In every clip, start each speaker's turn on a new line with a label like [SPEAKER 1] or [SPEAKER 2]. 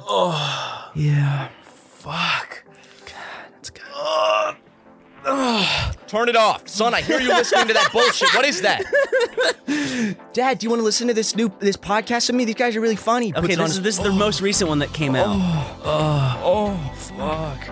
[SPEAKER 1] Oh,
[SPEAKER 2] Yeah.
[SPEAKER 1] fuck.
[SPEAKER 2] That's good.
[SPEAKER 1] Oh,
[SPEAKER 3] Turn it off. Son, I hear you listening to that bullshit. What is that?
[SPEAKER 2] Dad, do you want to listen to this new this podcast with me? These guys are really funny. Puts
[SPEAKER 4] Okay,
[SPEAKER 2] it on
[SPEAKER 4] this is,
[SPEAKER 2] his-
[SPEAKER 4] this is the most recent one that came out.
[SPEAKER 1] oh, fuck.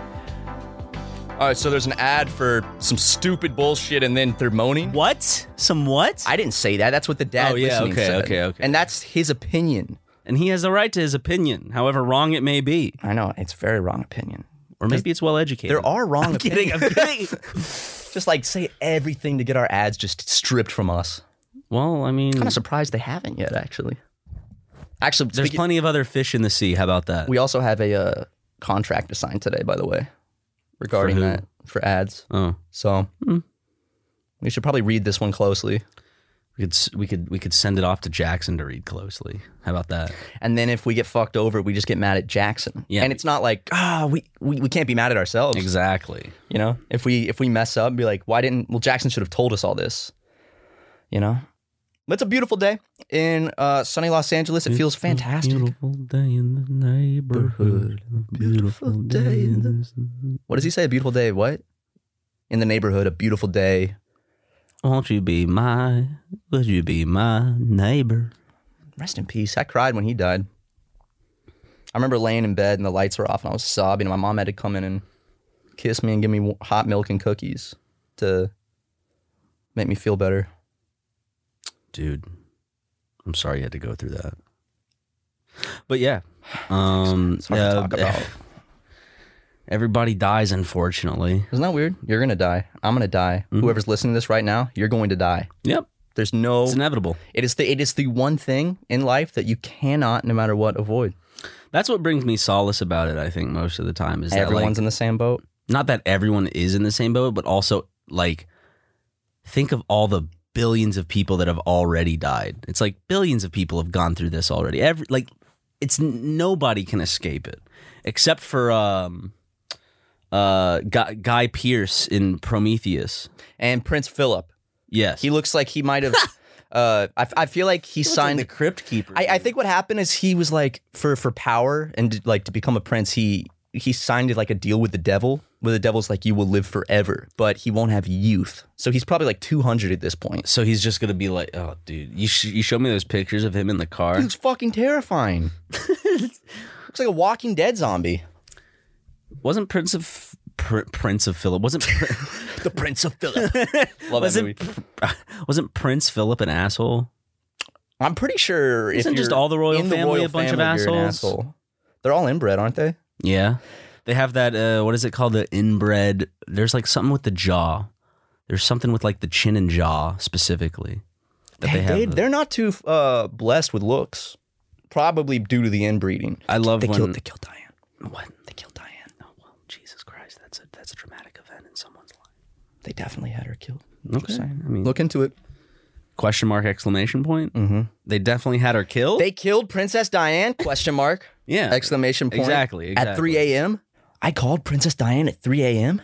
[SPEAKER 3] All right, so there's an ad for some stupid bullshit, and then they're moaning.
[SPEAKER 4] What? Some what?
[SPEAKER 3] I didn't say that. That's what the dad
[SPEAKER 1] Oh, yeah,
[SPEAKER 3] listening
[SPEAKER 1] okay,
[SPEAKER 3] said.
[SPEAKER 1] okay, okay.
[SPEAKER 3] And that's his opinion.
[SPEAKER 4] and he has the right to his opinion, however wrong it may be,
[SPEAKER 2] I know it's very wrong opinion.
[SPEAKER 4] or maybe it's well educated.
[SPEAKER 3] There are wrong opinions.
[SPEAKER 4] kidding. I'm kidding.
[SPEAKER 3] Just like say everything to get our ads just stripped from us.
[SPEAKER 4] well, I mean,
[SPEAKER 3] Kind of surprised they haven't yet, actually. Actually,
[SPEAKER 4] there's
[SPEAKER 3] speaking-
[SPEAKER 4] plenty of other fish in the sea. How about that?
[SPEAKER 3] we also have a uh, contract to sign today, by the way, regarding
[SPEAKER 4] who?
[SPEAKER 3] that for ads.
[SPEAKER 4] oh,
[SPEAKER 3] So we should probably read this one closely.
[SPEAKER 4] we could s- we could we could send it off to Jackson to read closely. How about that?
[SPEAKER 3] And then if we get fucked over, we just get mad at Jackson.
[SPEAKER 4] Yeah.
[SPEAKER 3] And it's not like, ah, we, we, we can't be mad at ourselves.
[SPEAKER 4] Exactly.
[SPEAKER 3] You know, if we if we mess up, be like, why didn't well Jackson should have told us all this. You know, but it's a beautiful day in uh, sunny Los Angeles. It feels fantastic.
[SPEAKER 4] Beautiful day in the neighborhood. Beautiful day in the.
[SPEAKER 3] What does he say? A beautiful day. What? In the neighborhood, a beautiful day.
[SPEAKER 4] Won't you be my? Would you be my neighbor?
[SPEAKER 3] Rest in peace. I cried when he died. I remember laying in bed and the lights were off and I was sobbing. My mom had to come in and kiss me and give me wa- hot milk and cookies to make me feel better.
[SPEAKER 4] dude i'm sorry you had to go through that but yeah um
[SPEAKER 3] It's hard to
[SPEAKER 4] uh,
[SPEAKER 3] talk about.
[SPEAKER 4] everybody dies unfortunately
[SPEAKER 3] Isn't that weird? You're gonna die. I'm gonna die. Whoever's listening to this right now, you're going to die.
[SPEAKER 4] yep
[SPEAKER 3] There's no.
[SPEAKER 4] it's inevitable
[SPEAKER 3] it is the it is the one thing in life that you cannot, no matter what, avoid.
[SPEAKER 4] that's what brings me solace about it i think most of the time is that like
[SPEAKER 3] Everyone's in the same boat.
[SPEAKER 4] not that everyone is in the same boat but also like think of all the billions of people that have already died it's like billions of people have gone through this already every like it's nobody can escape it except for um uh guy, guy pierce in prometheus
[SPEAKER 3] And Prince Philip,
[SPEAKER 4] Yes.
[SPEAKER 3] he looks like he might have. uh, I, I feel like he, signed.
[SPEAKER 1] the crypt keeper.
[SPEAKER 3] I, I think what happened is he was like for for power and to- like to become a prince. He he signed like a deal with the devil. Where the devil's like, you will live forever, but he won't have youth. So he's probably like 200 at this point.
[SPEAKER 4] so he's just gonna be like, oh, dude, you sh- you showed me those pictures of him in the car.
[SPEAKER 3] He looks fucking terrifying. looks like a Walking Dead zombie.
[SPEAKER 4] Wasn't Prince of Pr- Prince of Philip? Wasn't Pr-
[SPEAKER 3] The Prince of Philip. Love that movie.
[SPEAKER 4] wasn't Pr- wasn't Prince Philip an asshole?
[SPEAKER 3] I'm pretty sure if
[SPEAKER 4] Isn't
[SPEAKER 3] you're
[SPEAKER 4] just all the royal
[SPEAKER 3] in the
[SPEAKER 4] family
[SPEAKER 3] royal
[SPEAKER 4] a bunch of
[SPEAKER 3] family, you're an
[SPEAKER 4] assholes?
[SPEAKER 3] asshole. They're all inbred, aren't they?
[SPEAKER 4] Yeah, they have that. Uh, what is it called? The inbred. There's like something with the jaw. There's something with like the chin and jaw specifically that they, have.
[SPEAKER 3] are not too uh, blessed with looks, probably due to the inbreeding.
[SPEAKER 4] I love
[SPEAKER 3] They
[SPEAKER 4] when
[SPEAKER 3] killed, they killed Diane.
[SPEAKER 4] what?
[SPEAKER 3] They killed Diane.
[SPEAKER 4] Oh, well, Jesus Christ, that's a that's a dramatic event in someone's life.
[SPEAKER 3] They definitely had her killed.
[SPEAKER 4] Okay, I mean,
[SPEAKER 3] Look into it.
[SPEAKER 4] question mark exclamation point. Mm-hmm. They definitely had her killed.
[SPEAKER 3] They killed Princess Diane? Question mark.
[SPEAKER 4] yeah,
[SPEAKER 3] Exclamation point.
[SPEAKER 4] Exactly,
[SPEAKER 3] At
[SPEAKER 4] exactly.
[SPEAKER 3] 3 a.m. I called Princess Diane at 3 a.m.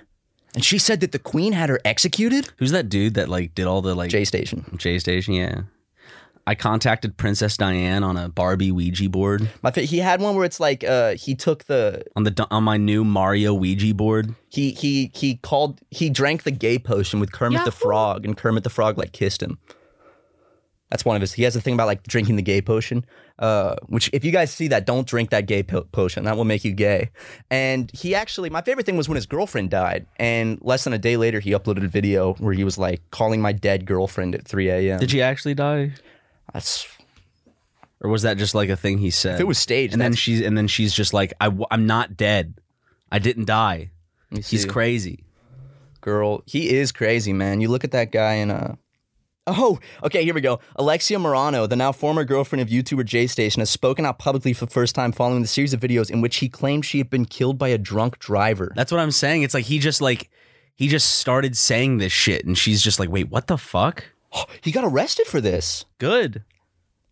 [SPEAKER 3] and she said that the queen had her executed.
[SPEAKER 4] Who's that dude that like did all the like
[SPEAKER 3] J Station.
[SPEAKER 4] J Station? Yeah. I contacted Princess Diane on a Barbie Ouija board
[SPEAKER 3] My fa- he had one where it's like uh, he took the
[SPEAKER 4] on the on my new Mario Ouija board.
[SPEAKER 3] He he he called. He drank the gay potion with Kermit the Frog, and Kermit the Frog like kissed him. That's one of his. He has a thing about like drinking the gay potion, uh, which if you guys see that, don't drink that gay po- potion. That will make you gay. And he actually, my favorite thing was when his girlfriend died, and less than a day later, he uploaded a video where he was like calling my dead girlfriend at 3 a.m.
[SPEAKER 4] Did she actually die,
[SPEAKER 3] That's,
[SPEAKER 4] or was that just like a thing he said?
[SPEAKER 3] if it was staged,
[SPEAKER 4] and then
[SPEAKER 3] that's-
[SPEAKER 4] she's and then she's just like, I w- I'm not dead. I didn't die.
[SPEAKER 3] let me
[SPEAKER 4] He's
[SPEAKER 3] see.
[SPEAKER 4] crazy.
[SPEAKER 3] girl. He is crazy, man. You look at that guy and uh Oh, okay, here we go. Alexia Morano, the now former girlfriend of YouTuber J Station, has spoken out publicly for the first time following the series of videos in which he claimed she had been killed by a drunk driver.
[SPEAKER 4] That's what I'm saying. It's like he just like he just started saying this shit, and she's just like, wait, what the fuck?
[SPEAKER 3] He got arrested for this.
[SPEAKER 4] Good.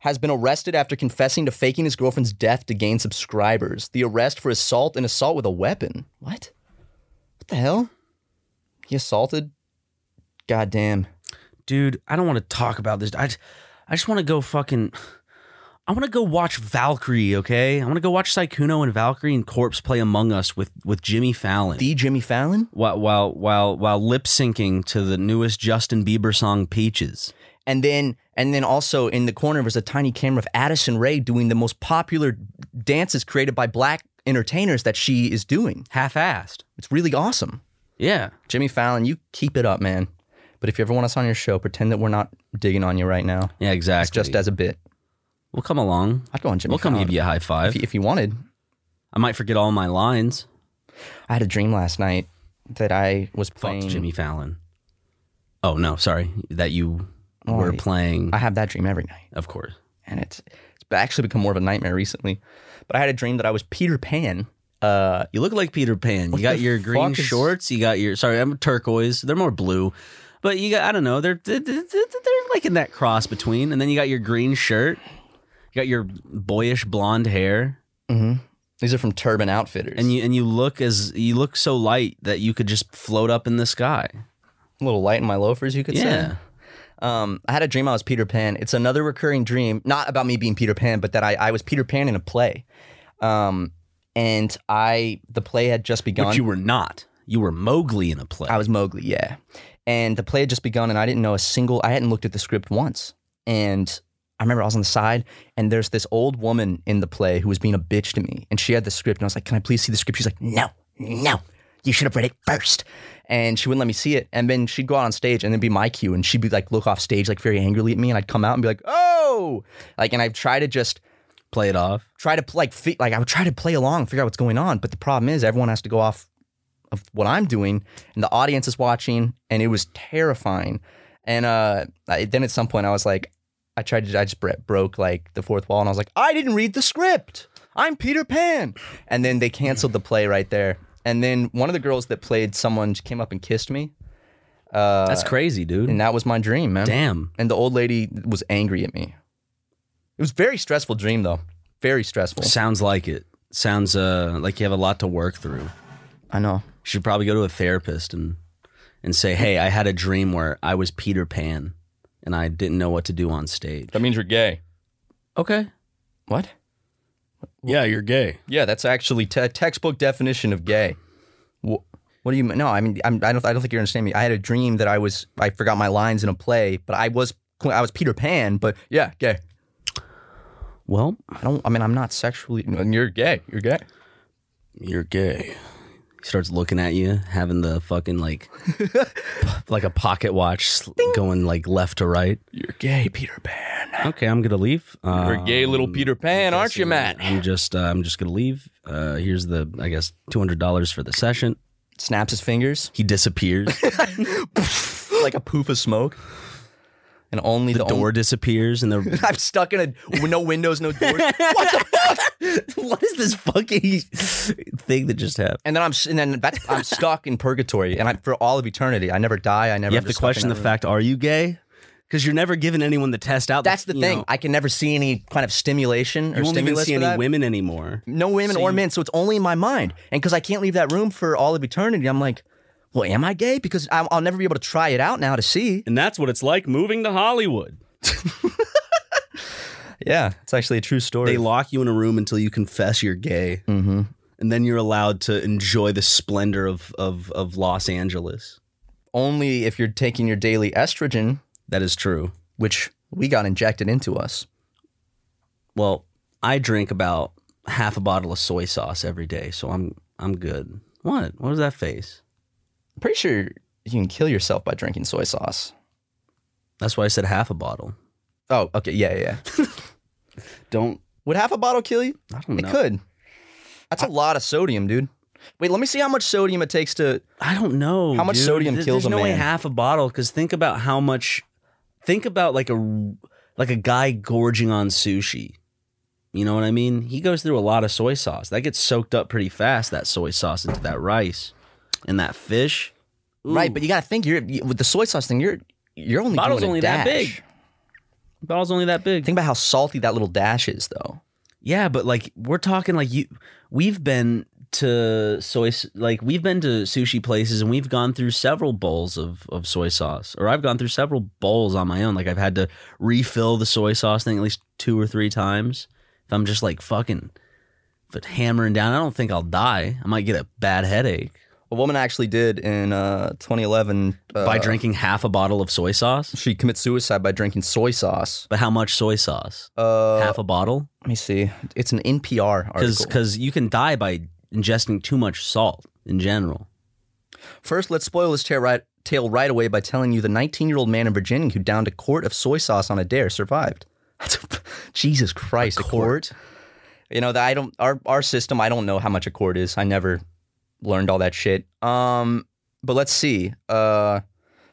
[SPEAKER 3] Has been arrested after confessing to faking his girlfriend's death to gain subscribers. The arrest for assault and assault with a weapon. What? What the hell? He assaulted? Goddamn.
[SPEAKER 4] dude, I don't want to talk about this. I just, I just want to go fucking. I want to go watch Valkyrie, okay? I want to go watch Sykuno and Valkyrie and Corpse play Among Us with with Jimmy Fallon.
[SPEAKER 3] D. Jimmy Fallon
[SPEAKER 4] while while while while lip syncing to the newest Justin Bieber song Peaches.
[SPEAKER 3] and then and then also in the corner was a tiny camera of Addison Ray doing the most popular dances created by black entertainers that she is doing.
[SPEAKER 4] Half-assed.
[SPEAKER 3] It's really awesome.
[SPEAKER 4] Yeah.
[SPEAKER 3] Jimmy Fallon, you keep it up, man. But if you ever want us on your show, pretend that we're not digging on you right now.
[SPEAKER 4] Yeah,
[SPEAKER 3] It's
[SPEAKER 4] exactly.
[SPEAKER 3] just as a bit.
[SPEAKER 4] we'll come along.
[SPEAKER 3] I'd go on Jimmy
[SPEAKER 4] We'll come
[SPEAKER 3] Fallon.
[SPEAKER 4] give you a high five.
[SPEAKER 3] if you, if you wanted.
[SPEAKER 4] I might forget all my lines.
[SPEAKER 3] I had a dream last night that I was playing
[SPEAKER 4] Fuck Jimmy Fallon. Oh no, sorry. That you were
[SPEAKER 3] Alright.
[SPEAKER 4] playing
[SPEAKER 3] I have that dream every night,
[SPEAKER 4] of course.
[SPEAKER 3] and it's it's actually become more of a nightmare recently. But I had a dream that I was Peter Pan. Uh,
[SPEAKER 4] You look like Peter Pan. you got
[SPEAKER 3] the
[SPEAKER 4] your green
[SPEAKER 3] fuck is-
[SPEAKER 4] shorts. You got your sorry, I'm turquoise. They're more blue, but you got I don't know. They're they're, they're they're like in that cross between, and then you got your green shirt. You got your boyish blonde hair,
[SPEAKER 3] these are from Turban Outfitters,
[SPEAKER 4] and you and you look as you look so light that you could just float up in the sky.
[SPEAKER 3] a little light in my loafers, you could
[SPEAKER 4] Yeah,
[SPEAKER 3] say. Um, I had a dream I was Peter Pan. It's another recurring dream, not about me being Peter Pan, but that I, I was Peter Pan in a play. Um, and I the play had just begun.
[SPEAKER 4] which you were not. You were Mowgli in a play.
[SPEAKER 3] I was Mowgli, yeah. And the play had just begun, and I didn't know a single. I hadn't looked at the script once. And I remember I was on the side, and there's this old woman in the play who was being a bitch to me, and she had the script, and I was like, "Can I please see the script?" She's like, "No, no, you should have read it first. And she wouldn't let me see it. And then she'd go out on stage, and it'd be my cue, and she'd be like, look off stage, like very angrily at me, and I'd come out and be like, "Oh!" Like, and I'd try to just
[SPEAKER 4] play it off.
[SPEAKER 3] try to like fi- like I would try to play along, figure out what's going on. But the problem is everyone has to go off of what I'm doing, and the audience is watching, and it was terrifying. And uh, I, then at some point I was like, I tried to I just bre- broke like the fourth wall, and I was like, I didn't read the script. I'm Peter Pan. And then they canceled the play right there. And then one of the girls that played someone came up and kissed me, Uh,
[SPEAKER 4] That's crazy, dude.
[SPEAKER 3] and that was my dream, man.
[SPEAKER 4] Damn.
[SPEAKER 3] And the old lady was angry at me. It was a very stressful dream though. Very stressful.
[SPEAKER 4] Sounds like it. Sounds uh like you have a lot to work through.
[SPEAKER 3] I know.
[SPEAKER 4] should probably go to a therapist and and say, "Hey, I had a dream where I was Peter Pan and I didn't know what to do on stage."
[SPEAKER 1] That means you're gay.
[SPEAKER 4] Okay.
[SPEAKER 3] What?
[SPEAKER 5] Yeah, you're gay.
[SPEAKER 3] Yeah, that's actually te- textbook definition of gay. Wh- What do you mean? No, I mean I'm, I don't. I don't think you understand me. I had a dream that I was. I forgot my lines in a play, but I was. I was Peter Pan. But yeah, gay.
[SPEAKER 4] Well,
[SPEAKER 3] I don't. I mean, I'm not sexually.
[SPEAKER 1] And you're gay. You're gay.
[SPEAKER 5] You're gay.
[SPEAKER 4] he starts looking at you, having the fucking like like a pocket watch sl- going like left to right.
[SPEAKER 1] You're gay, Peter Pan.
[SPEAKER 4] Okay, I'm going to leave.
[SPEAKER 1] You're
[SPEAKER 4] Uh,
[SPEAKER 1] a gay
[SPEAKER 3] Um,
[SPEAKER 1] little Peter Pan, aren't you, Matt?
[SPEAKER 4] I'm just uh, I'm just going to leave. Uh here's the I guess $200 for the session.
[SPEAKER 3] Snaps his fingers
[SPEAKER 4] He disappears.
[SPEAKER 3] like a poof of smoke, and only the,
[SPEAKER 4] Door
[SPEAKER 3] only-
[SPEAKER 4] disappears and the
[SPEAKER 3] I'm stuck in a no windows, no doors,
[SPEAKER 4] What is this fucking thing that just happened?
[SPEAKER 3] and then I'm s- and then that, I'm stuck in purgatory, and I for all of eternity. I never die. I never.
[SPEAKER 4] You
[SPEAKER 3] I'm
[SPEAKER 4] have to
[SPEAKER 3] just stuck in
[SPEAKER 4] question
[SPEAKER 3] that
[SPEAKER 4] the
[SPEAKER 3] room.
[SPEAKER 4] fact: Are you gay? Because you're never giving anyone the test out.
[SPEAKER 3] That's the
[SPEAKER 4] you
[SPEAKER 3] thing.
[SPEAKER 4] know,
[SPEAKER 3] I can never see any kind of stimulation or
[SPEAKER 4] you won't even
[SPEAKER 3] stimulus
[SPEAKER 4] see
[SPEAKER 3] for
[SPEAKER 4] any
[SPEAKER 3] that.
[SPEAKER 4] women anymore.
[SPEAKER 3] no women or men. So it's only in my mind. And because I can't leave that room for all of eternity, I'm like, well, am I gay? Because I'm, I'll never be able to try it out now to see.
[SPEAKER 4] And that's what it's like moving to Hollywood.
[SPEAKER 3] Yeah, it's actually a true story.
[SPEAKER 4] They lock you in a room until you confess you're gay, mm-hmm. and then you're allowed to enjoy the splendor of of of Los Angeles.
[SPEAKER 3] only if you're taking your daily estrogen,
[SPEAKER 4] That is true.
[SPEAKER 3] which we got injected into us.
[SPEAKER 4] Well, I drink about half a bottle of soy sauce every day, so I'm I'm good. What? What was that face?
[SPEAKER 3] I'm pretty sure you can kill yourself by drinking soy sauce.
[SPEAKER 4] That's why I said half a bottle.
[SPEAKER 3] Oh, okay. Yeah, yeah, yeah.
[SPEAKER 4] Don't.
[SPEAKER 3] Would half a bottle kill you? I
[SPEAKER 4] don't
[SPEAKER 3] it
[SPEAKER 4] know.
[SPEAKER 3] could. That's a lot of sodium, dude. Wait, let me see how much sodium it takes to
[SPEAKER 4] I don't know.
[SPEAKER 3] How much
[SPEAKER 4] dude.
[SPEAKER 3] sodium
[SPEAKER 4] There-
[SPEAKER 3] kills
[SPEAKER 4] There's
[SPEAKER 3] a
[SPEAKER 4] no way
[SPEAKER 3] man?
[SPEAKER 4] half a bottle. Because think about how much. Think about like a like a guy gorging on sushi. You know what I mean? He goes through a lot of soy sauce. That gets soaked up pretty fast. That soy sauce into that rice and that fish. Ooh,
[SPEAKER 3] Right, but you got to think you're you- with the soy sauce thing. You're you're only
[SPEAKER 4] Bottle's
[SPEAKER 3] doing a
[SPEAKER 4] only
[SPEAKER 3] dash.
[SPEAKER 4] that big. bottle's only that big.
[SPEAKER 3] Think about how salty that little dash is, though.
[SPEAKER 4] Yeah, but like we're talking like you we've been to soy s- like we've been to sushi places and we've gone through several bowls of of soy sauce or I've gone through several bowls on my own like I've had to refill the soy sauce thing at least two or three times if I'm just like fucking but hammering down I don't think I'll die I might get a bad headache
[SPEAKER 3] A woman actually did in uh, 2011. Uh,
[SPEAKER 4] by drinking half a bottle of soy sauce
[SPEAKER 3] she commits suicide by drinking soy sauce.
[SPEAKER 4] but how much soy sauce
[SPEAKER 3] Uh,
[SPEAKER 4] half a bottle
[SPEAKER 3] let me see. It's an NPR
[SPEAKER 4] because
[SPEAKER 3] article.
[SPEAKER 4] because you can die by ingesting too much salt in general
[SPEAKER 3] First, let's spoil this tale right, tale right away by telling you the 19 year old man in Virginia who downed a quart of soy sauce on a dare survived. Jesus Christ, a quart? You know that I don't our our system. I don't know how much a quart is. I never learned all that shit. Um, but let's see. Uh,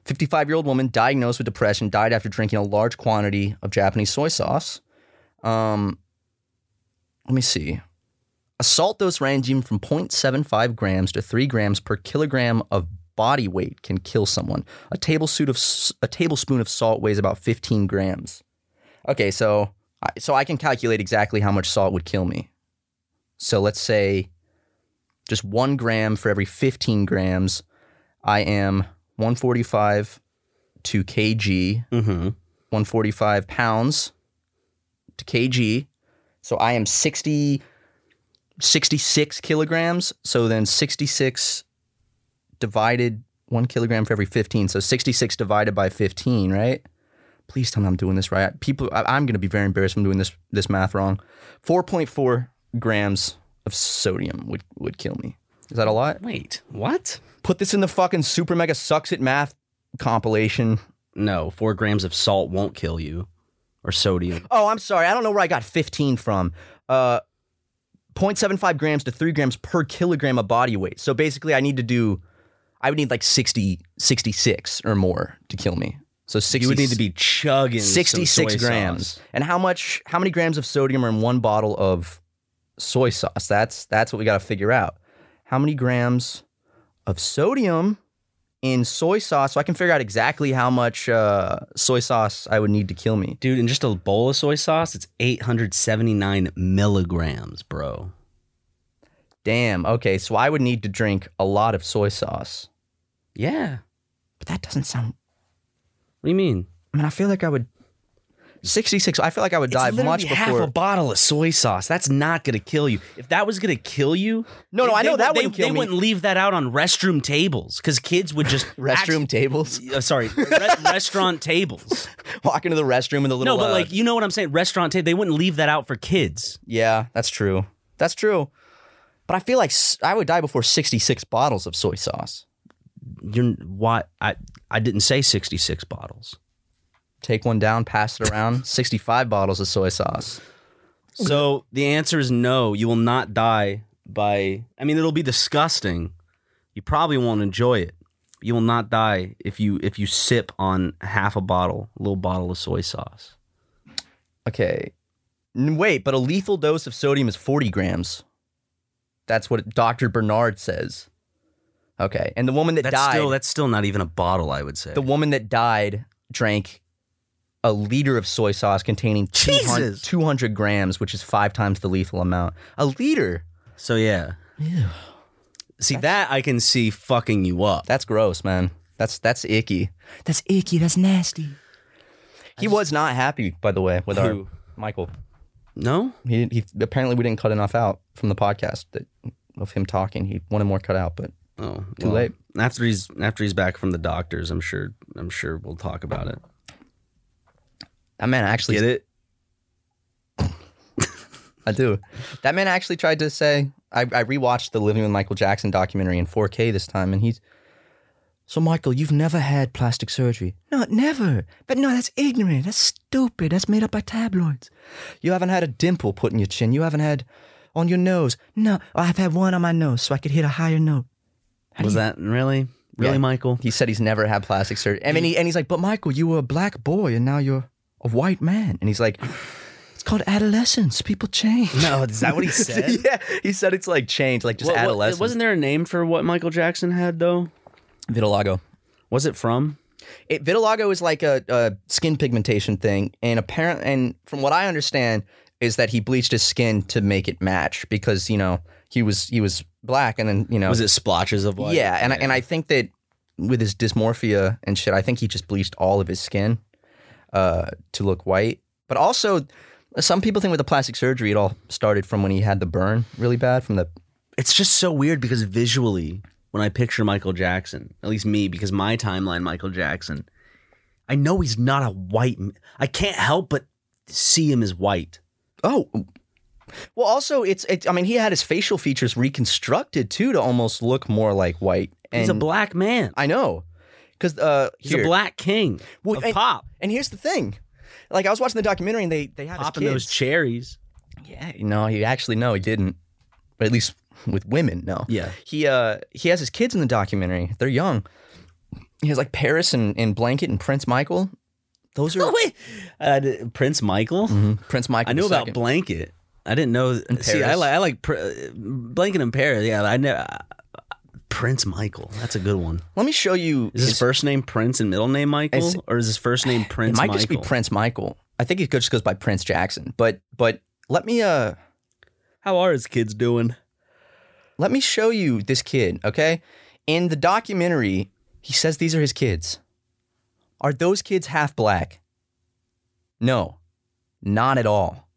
[SPEAKER 3] 55 year old woman diagnosed with depression died after drinking a large quantity of Japanese soy sauce. Um, let me see. A salt dose ranging from 0.75 grams to 3 grams per kilogram of body weight can kill someone. A tablespoon of s- a tablespoon of salt weighs about 15 grams. Okay, so I- so I can calculate exactly how much salt would kill me. So let's say just 1 gram for every 15 grams, I am 145 to kg,
[SPEAKER 4] mm-hmm
[SPEAKER 3] 145 pounds to kg. So I am 60, 66 kilograms. So then 66 divided one kilogram for every 15. So 66 divided by 15, right? Please tell me I'm doing this right. People, I, I'm going to be very embarrassed if I'm doing this, this math wrong. 4.4 grams of sodium would, would kill me. Is that a lot?
[SPEAKER 4] wait what
[SPEAKER 3] Put this in the fucking super mega sucks at math compilation.
[SPEAKER 4] No, four grams of salt won't kill you, or sodium.
[SPEAKER 3] Oh, I'm sorry. I don't know where I got 15 from. Uh, 0.75 grams to 3 grams per kilogram of body weight. So basically, I need to do, I would need like 60, 66 or more to kill me. So 60,
[SPEAKER 4] You would need to be chugging some
[SPEAKER 3] 66
[SPEAKER 4] soy
[SPEAKER 3] grams.
[SPEAKER 4] sauce.
[SPEAKER 3] And how much, how many grams of sodium are in one bottle of soy sauce? That's, that's what we got to figure out. How many grams of sodium in soy sauce? So I can figure out exactly how much uh, soy sauce I would need to kill me.
[SPEAKER 4] dude. In just a bowl of soy sauce, it's eight hundred seventy nine milligrams, bro.
[SPEAKER 3] Damn. Okay, so I would need to drink a lot of soy sauce.
[SPEAKER 4] Yeah.
[SPEAKER 3] But that doesn't sound.
[SPEAKER 4] What do you mean?
[SPEAKER 3] I mean, I feel like I would. Sixty-six. I feel like I would die much before.
[SPEAKER 4] half a bottle of soy sauce. That's not gonna kill you. If that was gonna kill you,
[SPEAKER 3] No, no, I know
[SPEAKER 4] would-
[SPEAKER 3] that
[SPEAKER 4] they,
[SPEAKER 3] wouldn't kill
[SPEAKER 4] they
[SPEAKER 3] me.
[SPEAKER 4] wouldn't leave that out on restroom tables because kids would just
[SPEAKER 3] restroom tables.
[SPEAKER 4] Act, uh, sorry, re- restaurant tables.
[SPEAKER 3] Walk into the restroom with a little.
[SPEAKER 4] No, but
[SPEAKER 3] uh,
[SPEAKER 4] like you know what I'm saying. Restaurant table. They wouldn't leave that out for kids.
[SPEAKER 3] Yeah, that's true. That's true. But I feel like s- I would die before sixty-six bottles of soy sauce.
[SPEAKER 4] You're why I I didn't say sixty six bottles.
[SPEAKER 3] Take one down, pass it around. Sixty-five bottles of soy sauce.
[SPEAKER 4] So the answer is no. You will not die by. I mean, it'll be disgusting. You probably won't enjoy it. You will not die if you if you sip on half a bottle, a little bottle of soy sauce.
[SPEAKER 3] Okay. N- Wait, but a lethal dose of sodium is 40 grams. That's what Dr. Bernard says. Okay. And the woman that
[SPEAKER 4] That's
[SPEAKER 3] died,
[SPEAKER 4] still that's still not even a bottle. I would say.
[SPEAKER 3] the woman that died drank a liter of soy sauce containing 200,
[SPEAKER 4] Jesus.
[SPEAKER 3] 200 grams, which is five times the lethal amount. A liter.
[SPEAKER 4] so yeah. See that I can see fucking you up.
[SPEAKER 3] That's gross, man. That's that's icky. That's icky. That's nasty. He was not happy, by the way, with
[SPEAKER 4] Who?
[SPEAKER 3] our Michael.
[SPEAKER 4] no.
[SPEAKER 3] He didn't. He apparently we didn't cut enough out from the podcast that of him talking. He wanted more cut out, but
[SPEAKER 4] Oh,
[SPEAKER 3] Too late.
[SPEAKER 4] After he's after he's back from the doctors, I'm sure I'm sure we'll talk about it.
[SPEAKER 3] that man actually
[SPEAKER 4] Get it?
[SPEAKER 3] I do. That man actually tried to say. I, I rewatched the Living with Michael Jackson documentary in 4K this time, and he's. So Michael, you've never had plastic surgery? No, never. But no, that's ignorant. That's stupid. That's made up by tabloids. You haven't had a dimple put in your chin. You haven't had on your nose. No, I've had one on my nose so I could hit a higher note.
[SPEAKER 4] Was that really really
[SPEAKER 3] Yeah.
[SPEAKER 4] Michael?
[SPEAKER 3] He said he's never had plastic surgery. And, then he, and he's like, but Michael, you were a black boy and now you're a white man. And he's like, it's called adolescence. People change.
[SPEAKER 4] No, is that what he said?
[SPEAKER 3] yeah, he said it's like change, like just
[SPEAKER 4] What- what-
[SPEAKER 3] adolescence.
[SPEAKER 4] wasn't there a name for what Michael Jackson had though?
[SPEAKER 3] vitiligo.
[SPEAKER 4] Was it from?
[SPEAKER 3] It, vitiligo is like a, a skin pigmentation thing, and apparent, and from what I understand, is that he bleached his skin to make it match because you know he was he was black, and then you know
[SPEAKER 4] Was it splotches of white?
[SPEAKER 3] yeah, and I, and I think that with his dysmorphia and shit, I think he just bleached all of his skin uh, to look white. But also, some people think with the plastic surgery, it all started from when he had the burn really bad from the.
[SPEAKER 4] it's just so weird because visually, when I picture Michael Jackson, at least me, because my timeline, Michael Jackson, I know he's not a white. m- I can't help but see him as white.
[SPEAKER 3] Oh, well, also it's it, I mean he had his facial features reconstructed too to almost look more like white. And
[SPEAKER 4] He's a black man.
[SPEAKER 3] I know, because uh,
[SPEAKER 4] He's
[SPEAKER 3] here-
[SPEAKER 4] a black king
[SPEAKER 3] Well,
[SPEAKER 4] of
[SPEAKER 3] and-
[SPEAKER 4] pop,
[SPEAKER 3] And here's the thing, like I was watching the documentary and they they had his
[SPEAKER 4] popping those
[SPEAKER 3] kids.
[SPEAKER 4] cherries.
[SPEAKER 3] Yeah, no, he actually no, he didn't. But at least with women, no.
[SPEAKER 4] Yeah.
[SPEAKER 3] He uh he has his kids in the documentary. They're young. He has like Paris and, and Blanket and Prince Michael. Those are
[SPEAKER 4] Uh, d- Prince Michael.
[SPEAKER 3] Prince Michael.
[SPEAKER 4] I knew about
[SPEAKER 3] II.
[SPEAKER 4] Blanket. I didn't know. See, I,
[SPEAKER 3] Paris.
[SPEAKER 4] li- I like pr- uh, Blanket and Paris. Yeah, I know. Prince Michael. That's a good one.
[SPEAKER 3] Let me show you.
[SPEAKER 4] Is his first name Prince and middle name Michael,
[SPEAKER 3] It's-
[SPEAKER 4] or is his first name
[SPEAKER 3] it
[SPEAKER 4] Prince
[SPEAKER 3] might
[SPEAKER 4] Michael?
[SPEAKER 3] just be Prince Michael. I think it just goes by Prince Jackson. But but let me uh
[SPEAKER 4] How are his kids doing?
[SPEAKER 3] let me show you this kid, okay? In the documentary, he says these are his kids. Are those kids half black? No, not at all.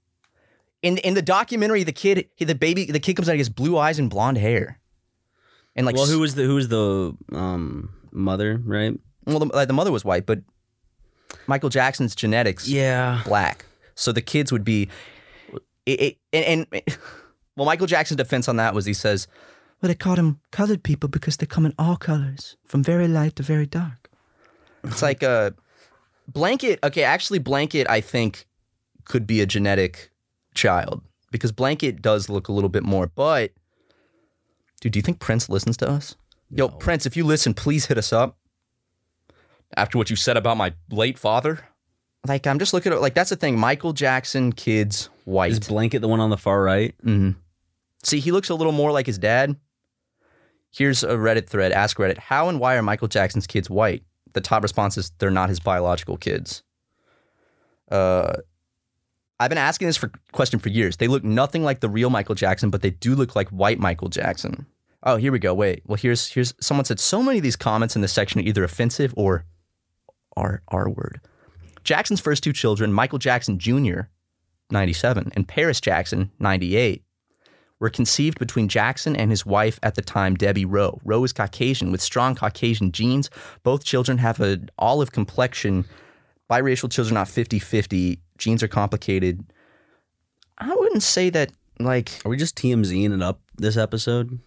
[SPEAKER 3] In in the documentary, the kid, he, the baby, the kid comes out, he has blue eyes and blonde hair, and like,
[SPEAKER 4] well,
[SPEAKER 3] s-
[SPEAKER 4] who was the who was the um mother, right?
[SPEAKER 3] well, the, like, the mother was white, but Michael Jackson's genetics,
[SPEAKER 4] Yeah.
[SPEAKER 3] black. So the kids would be, it, it and, and well, Michael Jackson's defense on that was he says, well, they called them colored people because they come in all colors, from very light to very dark. It's like a blanket. Okay, actually, blanket I think could be a genetic child because blanket does look a little bit more. But dude, do you think Prince listens to us? Yo, Prince, if you listen, please hit us up.
[SPEAKER 1] After what you said about my late father,
[SPEAKER 3] Like I'm just looking at like that's the thing. Michael Jackson kids white.
[SPEAKER 4] Is blanket the one on the far right?
[SPEAKER 3] Mm-hmm. See, he looks a little more like his dad. Here's a Reddit thread. Ask Reddit, how and why are Michael Jackson's kids white? The top response is they're not his biological kids. Uh, I've been asking this for question for years. They look nothing like the real Michael Jackson, but they do look like white Michael Jackson. Oh, here we go. Wait. Well, here's here's someone said so many of these comments in this section are either offensive or R R word. Jackson's first two children, Michael Jackson Jr., 97, and Paris Jackson, 98, were conceived between Jackson and his wife at the time, Debbie Rowe. Rowe is Caucasian with strong Caucasian genes. Both children have an olive complexion. Biracial children are not 50 50. Genes are complicated. I wouldn't say that, like,
[SPEAKER 4] Are we just TMZing it up this episode?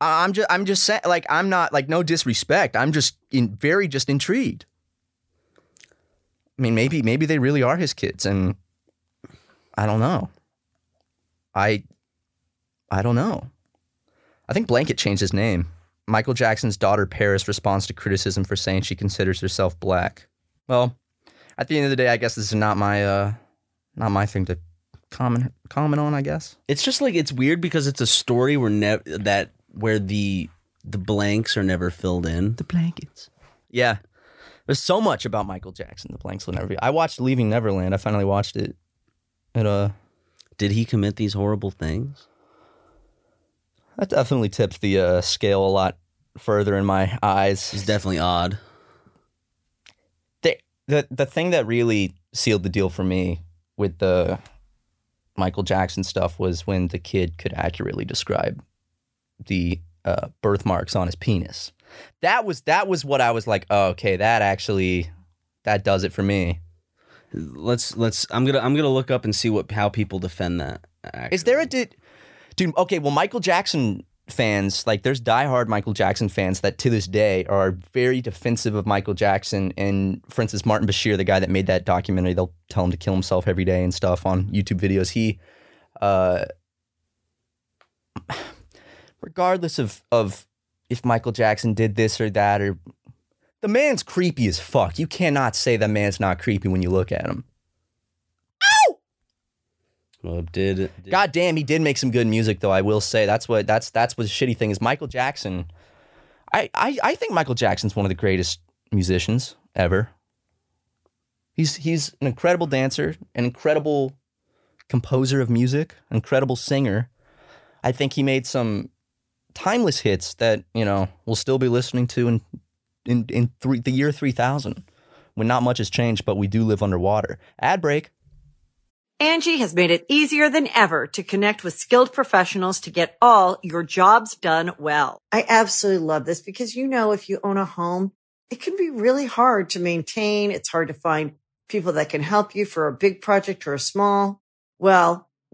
[SPEAKER 3] I- I'm just, I'm just saying, like, I'm not, like, no disrespect. I'm just in, very just intrigued. I mean, maybe, maybe they really are his kids, and I don't know. I, I don't know. I think Blanket changed his name. Michael Jackson's daughter Paris responds to criticism for saying she considers herself black. Well, at the end of the day, I guess this is not my, uh, not my thing to comment comment on. I guess.
[SPEAKER 4] It's just like it's weird because it's a story where never that where the the blanks are never filled in.
[SPEAKER 3] the blankets. Yeah. There's so much about Michael Jackson, the blanks will never be. I watched Leaving Neverland. I finally watched it. It uh
[SPEAKER 4] Did he commit these horrible things?
[SPEAKER 3] that definitely tipped the uh, scale a lot further in my eyes.
[SPEAKER 4] He's definitely odd.
[SPEAKER 3] The, the the thing that really sealed the deal for me with the Michael Jackson stuff was when the kid could accurately describe the uh, birthmarks on his penis. That was that was what I was like, oh, okay, that actually that does it for me.
[SPEAKER 4] Let's let's. I'm gonna I'm gonna look up and see what how people defend that.
[SPEAKER 3] Is there a
[SPEAKER 4] actually.
[SPEAKER 3] di- dude? Okay, well, Michael Jackson fans like there's diehard Michael Jackson fans that to this day are very defensive of Michael Jackson and for instance Martin Bashir, the guy that made that documentary, they'll tell him to kill himself every day and stuff on YouTube videos. He, uh, regardless of of if Michael Jackson did this or that or the man's creepy as fuck. You cannot say the man's not creepy when you look at him.
[SPEAKER 4] Well, did, did
[SPEAKER 3] God damn, he did make some good music though. I will say that's what that's that's what the shitty thing is. Michael Jackson, I I, I think Michael Jackson's one of the greatest musicians ever. He's he's an incredible dancer, an incredible composer of music, an incredible singer. I think he made some timeless hits that you know we'll still be listening to in in in three, the year three thousand when not much has changed, but we do live underwater. Ad break.
[SPEAKER 6] Angie has made it easier than ever to connect with skilled professionals to get all your jobs done well.
[SPEAKER 7] I absolutely love this because, you know, if you own a home, it can be really hard to maintain. It's hard to find people that can help you for a big project or a small. Well,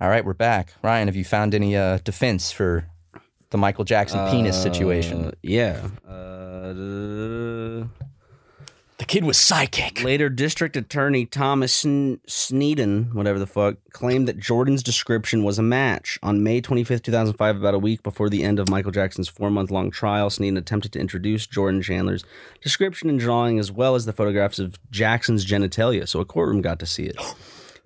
[SPEAKER 3] All right, we're back. Ryan, have you found any uh, defense for the Michael Jackson penis situation?
[SPEAKER 4] Uh, yeah. Uh,
[SPEAKER 1] The kid was psychic.
[SPEAKER 4] Later, District Attorney Thomas Sn- Sneeden, whatever the fuck, claimed that Jordan's description was a match. On May 25th, 2005, about a week before the end of Michael Jackson's four month long trial, Sneeden attempted to introduce Jordan Chandler's description and drawing as well as the photographs of Jackson's genitalia, so a courtroom got to see it.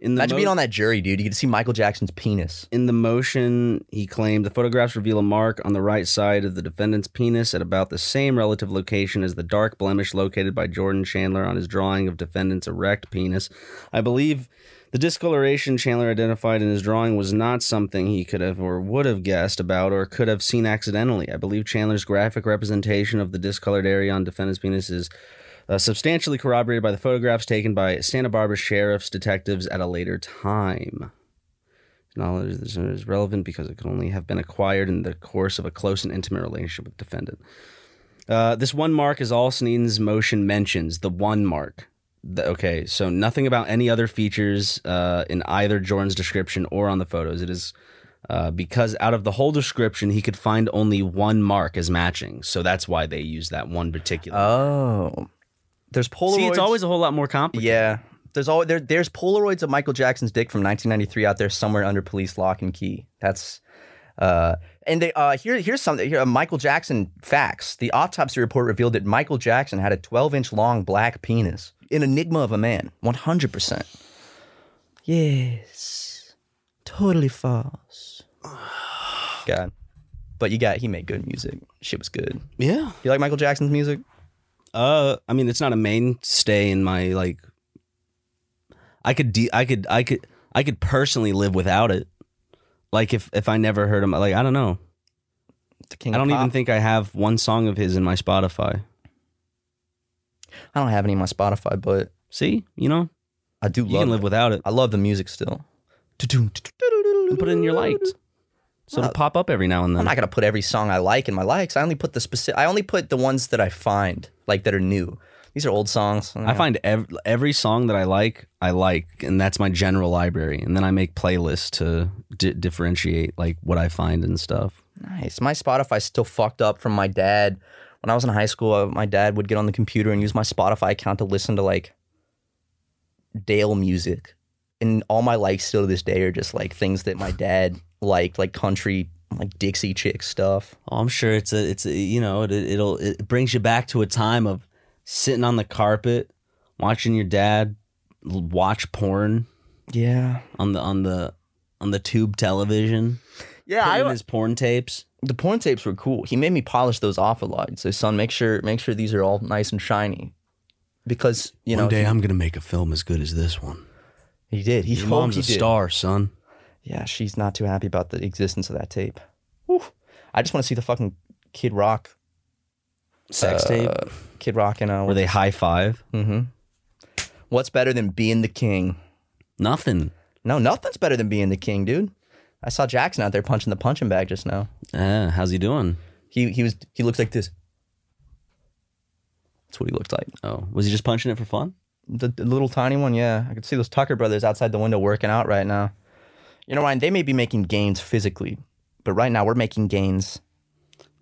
[SPEAKER 4] In the
[SPEAKER 3] Imagine
[SPEAKER 4] mo-
[SPEAKER 3] being on that jury, dude. You could see Michael Jackson's penis.
[SPEAKER 4] in the motion, he claimed the photographs reveal a mark on the right side of the defendant's penis at about the same relative location as the dark blemish located by Jordan Chandler on his drawing of defendant's erect penis. I believe the discoloration Chandler identified in his drawing was not something he could have or would have guessed about or could have seen accidentally. I believe Chandler's graphic representation of the discolored area on defendant's penis is uh, substantially corroborated by the photographs taken by Santa Barbara sheriff's detectives at a later time. Knowledge is- is relevant because it could only have been acquired in the course of a close and intimate relationship with the defendant. Uh, this one mark is all Sneeden's motion mentions. The one mark. The- okay, so nothing about any other features uh, in either Jordan's description or on the photos. It is uh, because out of the whole description, he could find only one mark as matching. So that's why they use that one particular.
[SPEAKER 3] Oh. There's Polaroids.
[SPEAKER 4] See, it's always a whole lot more complicated.
[SPEAKER 3] Yeah. There's always there, there's Polaroids of Michael Jackson's dick from 1993 out there somewhere under police lock and key. That's uh and they uh here here's something here uh, Michael Jackson facts. The autopsy report revealed that Michael Jackson had a 12-inch long black penis. An enigma of a man. 100%. Yes. Totally false. God. But you got he made good music. Shit was good.
[SPEAKER 5] Yeah.
[SPEAKER 3] You like Michael Jackson's music?
[SPEAKER 4] Uh, I mean, it's not a mainstay in my like. I could de- I could I could I could personally live without it. Like if if I never heard him, like I don't know.
[SPEAKER 3] The King
[SPEAKER 4] I
[SPEAKER 3] of
[SPEAKER 4] don't even
[SPEAKER 3] Pop?
[SPEAKER 4] think I have one song of his in my Spotify.
[SPEAKER 3] I don't have any on my Spotify, but
[SPEAKER 4] See, you know,
[SPEAKER 3] I do
[SPEAKER 4] you
[SPEAKER 3] love
[SPEAKER 4] can
[SPEAKER 3] it.
[SPEAKER 4] live without it.
[SPEAKER 3] I love the music still.
[SPEAKER 4] And put it in your lights, so it'll pop up every now and
[SPEAKER 3] Uh, I'm
[SPEAKER 4] then.
[SPEAKER 3] not gonna put every song I like in my likes. I only put the specific. I only put the ones that I find like that are new. These are old songs.
[SPEAKER 4] I find ev- every song that I like, I like, and that's my general library. And then I make playlists to di- differentiate like what I find and stuff.
[SPEAKER 3] nice. My Spotify's still fucked up from my dad. When I was in high school, uh, my dad would get on the computer and use my Spotify account to listen to like Dale music, and all my likes still to this day are just like things that my dad liked, like country, like Dixie chick stuff.
[SPEAKER 4] Oh, I'm sure it's a, it's a, you know, it, it'll, it brings you back to a time of sitting on the carpet, watching your dad l- watch porn
[SPEAKER 3] Yeah,
[SPEAKER 4] on the, on the, on the tube television.
[SPEAKER 3] yeah.
[SPEAKER 4] put in his porn tapes.
[SPEAKER 3] the porn tapes were cool. He made me polish those off a lot. So son, make sure make sure these are all nice and shiny. because you
[SPEAKER 5] One
[SPEAKER 3] know
[SPEAKER 5] day I'm gonna make a film as good as this one.
[SPEAKER 3] he did. He
[SPEAKER 5] Your
[SPEAKER 3] hoped
[SPEAKER 5] mom's
[SPEAKER 3] he
[SPEAKER 5] a
[SPEAKER 3] did.
[SPEAKER 5] star, son.
[SPEAKER 3] Yeah, she's not too happy about the existence of that tape. Whew. I just want to see the fucking Kid Rock,
[SPEAKER 4] Sex tape.
[SPEAKER 3] Kid Rock, and uh,
[SPEAKER 4] Were they high five?
[SPEAKER 3] hmm What's better than being the king?
[SPEAKER 4] Nothing.
[SPEAKER 3] No, nothing's better than being the king, dude. I saw Jackson out there punching the punching bag just now.
[SPEAKER 4] Uh, how's he doing?
[SPEAKER 3] He he was he looks like this. That's what he looked like.
[SPEAKER 4] Oh, was he just punching it for fun?
[SPEAKER 3] The, the little tiny one, yeah. I could see those Tucker brothers outside the window working out right now. You know, Ryan, they may be making gains physically, but right now we're making gains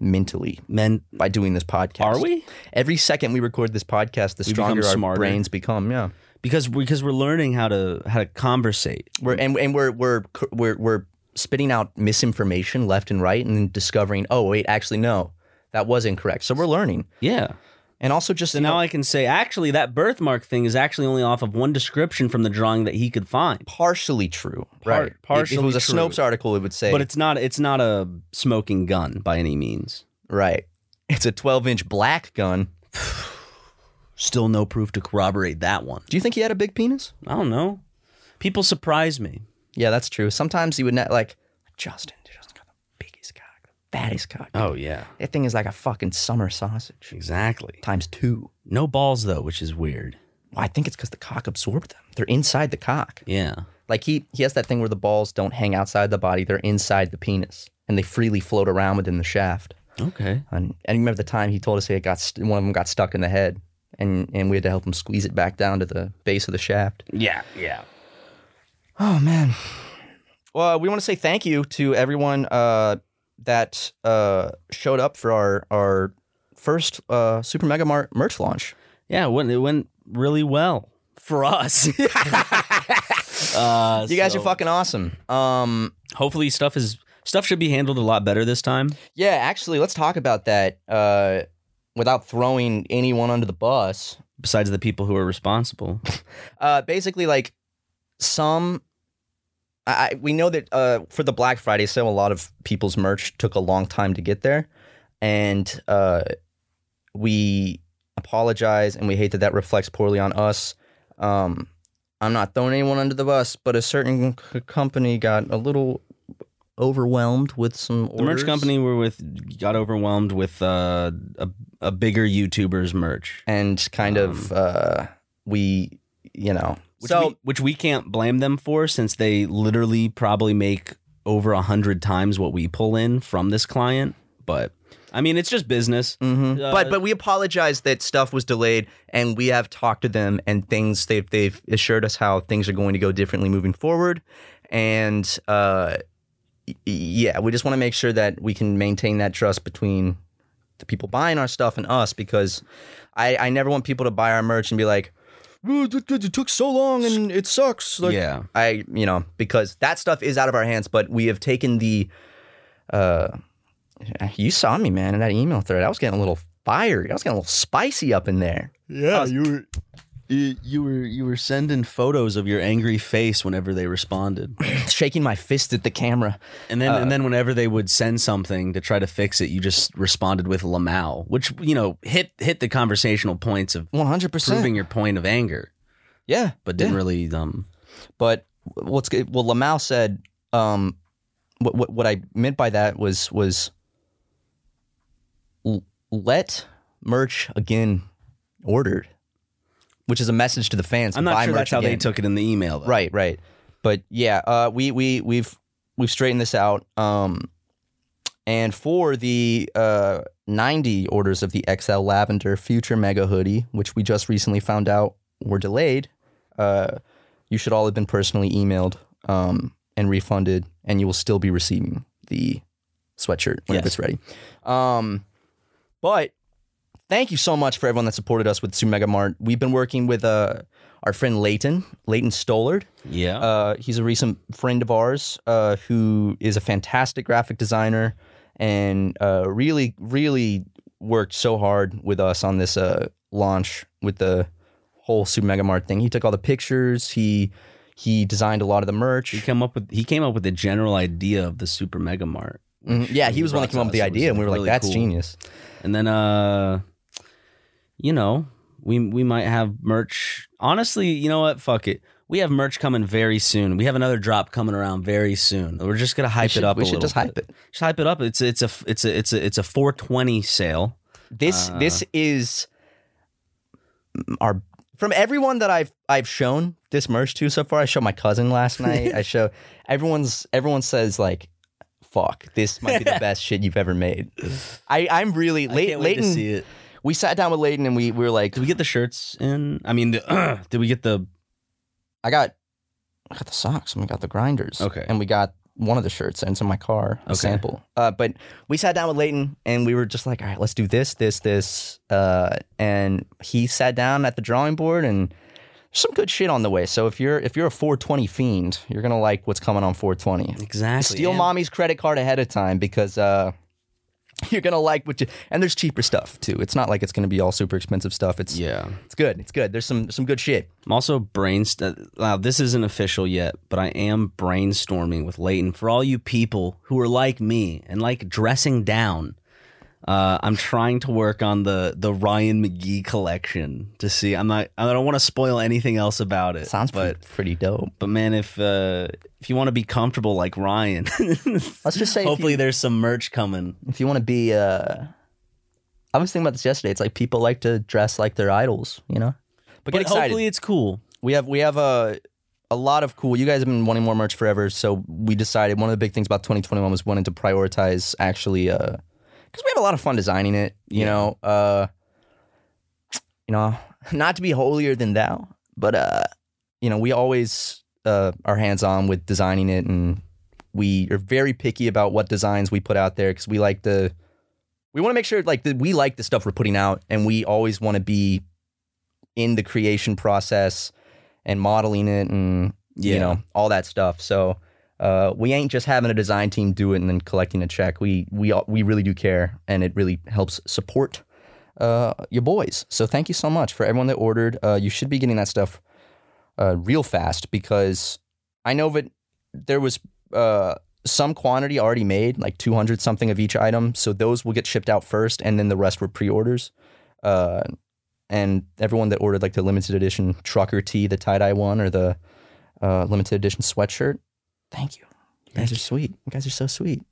[SPEAKER 3] mentally
[SPEAKER 4] Men,
[SPEAKER 3] by doing this podcast.
[SPEAKER 4] are we?
[SPEAKER 3] Every second we record this podcast, the
[SPEAKER 4] We become
[SPEAKER 3] stronger our
[SPEAKER 4] smarter.
[SPEAKER 3] brains become. Yeah,
[SPEAKER 4] Because because we're learning how to how to conversate.
[SPEAKER 3] we're and, and we're we're we're we're spitting out misinformation left and right, and then discovering, oh wait, actually no, that was incorrect. So we're learning,
[SPEAKER 4] Yeah.
[SPEAKER 3] and also just
[SPEAKER 4] So
[SPEAKER 3] you know,
[SPEAKER 4] now I can say actually that birthmark thing is actually only off of one description from the drawing that he could find.
[SPEAKER 3] partially true.
[SPEAKER 4] Par-
[SPEAKER 3] right, If- If
[SPEAKER 4] partially
[SPEAKER 3] it was a
[SPEAKER 4] true.
[SPEAKER 3] Snopes article, it would say,
[SPEAKER 4] But it's not it's not a smoking gun by any means.
[SPEAKER 3] right. It's a 12 inch black gun.
[SPEAKER 4] Still no proof to corroborate that one.
[SPEAKER 3] Do you think he had a big penis?
[SPEAKER 4] I don't know. People surprise me.
[SPEAKER 3] Yeah, that's true. Sometimes he would not like Justin. dude, Justin got the biggest cock, the fattest cock.
[SPEAKER 4] Oh yeah.
[SPEAKER 3] That thing is like a fucking summer sausage
[SPEAKER 4] Exactly.
[SPEAKER 3] times two.
[SPEAKER 4] No balls though, which is weird.
[SPEAKER 3] Well, I think it's because the cock absorbed them. They're inside the cock.
[SPEAKER 4] Yeah.
[SPEAKER 3] Like he he has that thing where the balls don't hang outside the body; they're inside the penis, and they freely float around within the shaft.
[SPEAKER 4] Okay.
[SPEAKER 3] And, and you remember the time he told us he had got st- one of them got stuck in the head, and and we had to help him squeeze it back down to the base of the shaft.
[SPEAKER 4] Yeah, yeah.
[SPEAKER 3] Oh man. Well, uh, we want to say thank you to everyone uh, that uh, showed up for our our first uh, Super Mega Mart merch launch.
[SPEAKER 4] Yeah, it went it went really well for us. uh,
[SPEAKER 3] You guys
[SPEAKER 4] so
[SPEAKER 3] are fucking awesome. Um,
[SPEAKER 4] Hopefully, stuff is stuff should be handled a lot better this time.
[SPEAKER 3] yeah, actually, let's talk about that uh, without throwing anyone under the bus.
[SPEAKER 4] Besides the people who are responsible,
[SPEAKER 3] uh, basically like some I, I we know that uh, for the Black Friday sale, a lot of people's merch took a long time to get there, and uh, we apologize and we hate that that reflects poorly on us. Um, I'm not throwing anyone under the bus, but a certain c- company got a little overwhelmed with some
[SPEAKER 4] the merch
[SPEAKER 3] orders.
[SPEAKER 4] company we're with got overwhelmed with uh, a a bigger YouTuber's merch.
[SPEAKER 3] and kind of uh, we you know
[SPEAKER 4] Um. Which
[SPEAKER 3] so
[SPEAKER 4] we, which we can't blame them for, since they literally probably make over a hundred times what we pull in from this client. But I mean, it's just business.
[SPEAKER 3] Mm-hmm.
[SPEAKER 4] Uh,
[SPEAKER 3] but but we apologize that stuff was delayed, and we have talked to them, and things they've they've assured us how things are going to go differently moving forward, and uh, y- yeah, we just want to make sure that we can maintain that trust between the people buying our stuff and us, because I I never want people to buy our merch and be like, "Oh, it took- it took so long and it sucks. Like,
[SPEAKER 4] yeah,
[SPEAKER 3] I, you know, because that stuff is out of our hands, but we have taken the, uh, you saw me, man, in that email thread. I was getting a little fiery. I was getting a little spicy up in there.
[SPEAKER 4] yeah. uh, You were you, you were you were sending photos of your angry face whenever they responded.
[SPEAKER 3] Shaking my fist at the camera.
[SPEAKER 4] And then, and then, whenever they would send something to try to fix it, you just responded with "lamau," which you know hit hit the conversational points of
[SPEAKER 3] 100%.
[SPEAKER 4] proving your point of anger,
[SPEAKER 3] Yeah.
[SPEAKER 4] but didn't really. Um,
[SPEAKER 3] But what's good? Well, Lamau said, um, what, what, what I meant by that was, was l- let merch again ordered, which is a message to the fans. to
[SPEAKER 4] I'm not
[SPEAKER 3] buy
[SPEAKER 4] sure
[SPEAKER 3] merch
[SPEAKER 4] that's how they
[SPEAKER 3] again.
[SPEAKER 4] took it in the email. Though.
[SPEAKER 3] Right, right. But yeah, uh, we we we've we've straightened this out. Um, and for the uh, 90 orders of the XL Lavender Future Mega Hoodie, which we just recently found out were delayed, uh, you should all have been personally emailed um, and refunded, and you will still be receiving the sweatshirt whenever it's
[SPEAKER 4] Yes.
[SPEAKER 3] ready. Um, but thank you so much for everyone that supported us with Super Mega Mart. We've been working with uh, our friend Leighton, Leighton Stollard.
[SPEAKER 4] Yeah.
[SPEAKER 3] Uh, he's a recent friend of ours uh, who is a fantastic graphic designer and uh, really, really worked so hard with us on this uh, launch with the whole Super Mega Mart thing. He took all the pictures. He he designed a lot of the merch.
[SPEAKER 4] he came up with he came up with the general idea of the super mega mart.
[SPEAKER 3] Mhm. Yeah, he was the one
[SPEAKER 4] brought
[SPEAKER 3] that came up
[SPEAKER 4] to
[SPEAKER 3] with the
[SPEAKER 4] us. It was,
[SPEAKER 3] idea, and we were like,
[SPEAKER 4] really
[SPEAKER 3] "That's
[SPEAKER 4] cool."
[SPEAKER 3] genius."
[SPEAKER 4] And then, uh, you know, We we might have merch. Honestly, you know what? Fuck it. We have merch coming very soon. We have another drop coming around very soon. We're just gonna hype
[SPEAKER 3] should-
[SPEAKER 4] it up.
[SPEAKER 3] we
[SPEAKER 4] a
[SPEAKER 3] should
[SPEAKER 4] little
[SPEAKER 3] just
[SPEAKER 4] bit.
[SPEAKER 3] hype it.
[SPEAKER 4] Just hype it up. It's it's a it's a it's a it's a 420 sale.
[SPEAKER 3] This
[SPEAKER 4] Uh.
[SPEAKER 3] this is our from everyone that I've I've shown this merch to so far. I showed my cousin last night. I show everyone's everyone says like, "Fuck, this might be the best shit you've ever made." I I'm really
[SPEAKER 4] I
[SPEAKER 3] late.
[SPEAKER 4] can't wait to
[SPEAKER 3] Leighton-
[SPEAKER 4] see it.
[SPEAKER 3] we sat down with Layton and we, we were like,
[SPEAKER 4] Did we get the shirts in? I mean, the, did we get the?
[SPEAKER 3] I got I got the socks and we got the grinders.
[SPEAKER 4] Okay.
[SPEAKER 3] And we got one of the shirts and it's in my car, a
[SPEAKER 4] Okay.
[SPEAKER 3] sample. Uh, but we sat down with Leighton and we were just like, all right, let's do this, this, this. Uh, and he sat down at the drawing board and some good shit on the way. So if you're if you're a 420 fiend, you're gonna like what's coming on 420.
[SPEAKER 4] Exactly.
[SPEAKER 3] Steal
[SPEAKER 4] and-
[SPEAKER 3] mommy's credit card ahead of time because uh, you're gonna like what you and there's cheaper stuff too. It's not like it's gonna be all super expensive stuff. It's
[SPEAKER 4] Yeah.
[SPEAKER 3] it's good. It's good. There's some some good shit.
[SPEAKER 4] I'm also brainstorming. Now, this isn't official yet, but I am brainstorming with Leighton. For all you people who are like me and like dressing down, uh, I'm trying to work on the the Ryan McGee collection to see. I'm not. I don't want to spoil anything else about it.
[SPEAKER 3] Sounds
[SPEAKER 4] but
[SPEAKER 3] pretty, pretty dope.
[SPEAKER 4] but man, if uh, if you want to be comfortable like Ryan,
[SPEAKER 3] Let's just say
[SPEAKER 4] hopefully
[SPEAKER 3] if you,
[SPEAKER 4] there's some merch coming.
[SPEAKER 3] if you want to be, uh, I was thinking about this yesterday. It's like people like to dress like their idols, you know. But, get
[SPEAKER 4] But
[SPEAKER 3] excited.
[SPEAKER 4] hopefully it's cool.
[SPEAKER 3] we have we have a a lot of cool. You guys have been wanting more merch forever, so we decided one of the big things about 2021 was wanting to prioritize actually, uh, because we had a lot of fun designing it. You know, uh, you know, not to be holier than thou, but uh, you know, we always uh, are hands on with designing it, and we are very picky about what designs we put out there because we like the we want to make sure like that we like the stuff we're putting out, and we always want to be in the creation process and modeling it, and you
[SPEAKER 4] Yeah.
[SPEAKER 3] know, all that stuff. So. Uh, we ain't just having a design team do it and then collecting a check. We we all- we really do care, and it really helps support uh, your boys. So thank you so much for everyone that ordered. Uh, you should be getting that stuff uh, real fast because I know that there was uh, some quantity already made, like 200 something of each item. So those will get shipped out first, and then the rest were pre orders. Uh, and everyone that ordered like the limited edition trucker tee, the tie dye one, or the uh, limited edition sweatshirt, thank you. You guys are sweet. You guys are so sweet.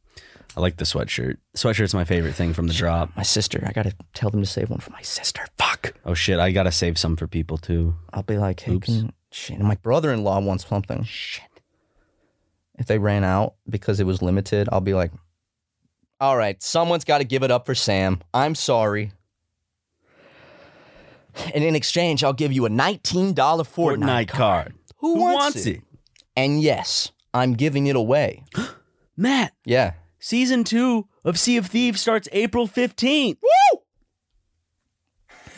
[SPEAKER 4] I like the sweatshirt. Sweatshirt's my favorite thing from the drop.
[SPEAKER 3] My sister, I gotta tell them to save one for my sister. Fuck.
[SPEAKER 4] Oh shit, I gotta save some for people too.
[SPEAKER 3] I'll be like, hey,
[SPEAKER 4] Oops.
[SPEAKER 3] can, shit. And my brother in law wants something. Shit. If they ran out because it was limited, I'll be like, all right, someone's got to give it up for Sam. I'm sorry. And in exchange, I'll give you a $19 Fortnite,
[SPEAKER 4] Fortnite card.
[SPEAKER 3] Who,
[SPEAKER 4] Who
[SPEAKER 3] wants,
[SPEAKER 4] wants
[SPEAKER 3] it?
[SPEAKER 4] it?
[SPEAKER 3] And yes, I'm giving it away.
[SPEAKER 4] Matt,
[SPEAKER 3] Yeah.
[SPEAKER 4] season two of Sea of Thieves starts April 15th.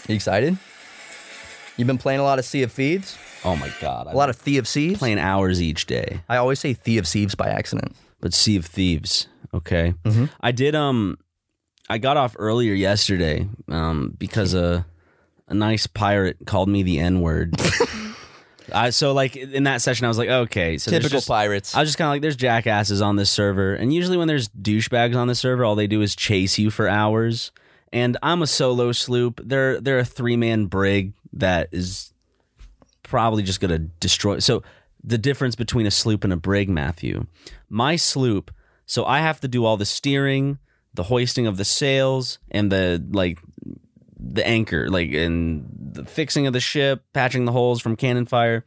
[SPEAKER 3] You excited? You've been playing a lot of Sea of Thieves?
[SPEAKER 4] Oh my god.
[SPEAKER 3] A lot of Sea of Thieves?
[SPEAKER 4] playing hours each day.
[SPEAKER 3] I always say Sea of Thieves by accident.
[SPEAKER 4] But Sea of Thieves, okay? I did um I got off earlier yesterday um because a a nice pirate called me the N-word. I so like in that session I was like, okay, so there's
[SPEAKER 3] Typical
[SPEAKER 4] just-
[SPEAKER 3] pirates.
[SPEAKER 4] I was just kind of like, there's jackasses on this server, and usually when there's douchebags on the server, all they do is chase you for hours. And I'm a solo sloop. They're they're a three man brig that is probably just gonna destroy. So the difference between a sloop and a brig, Matthew, my sloop. So I have to do all the steering, the hoisting of the sails, and the like, the anchor, like, and the fixing of the ship, patching the holes from cannon fire.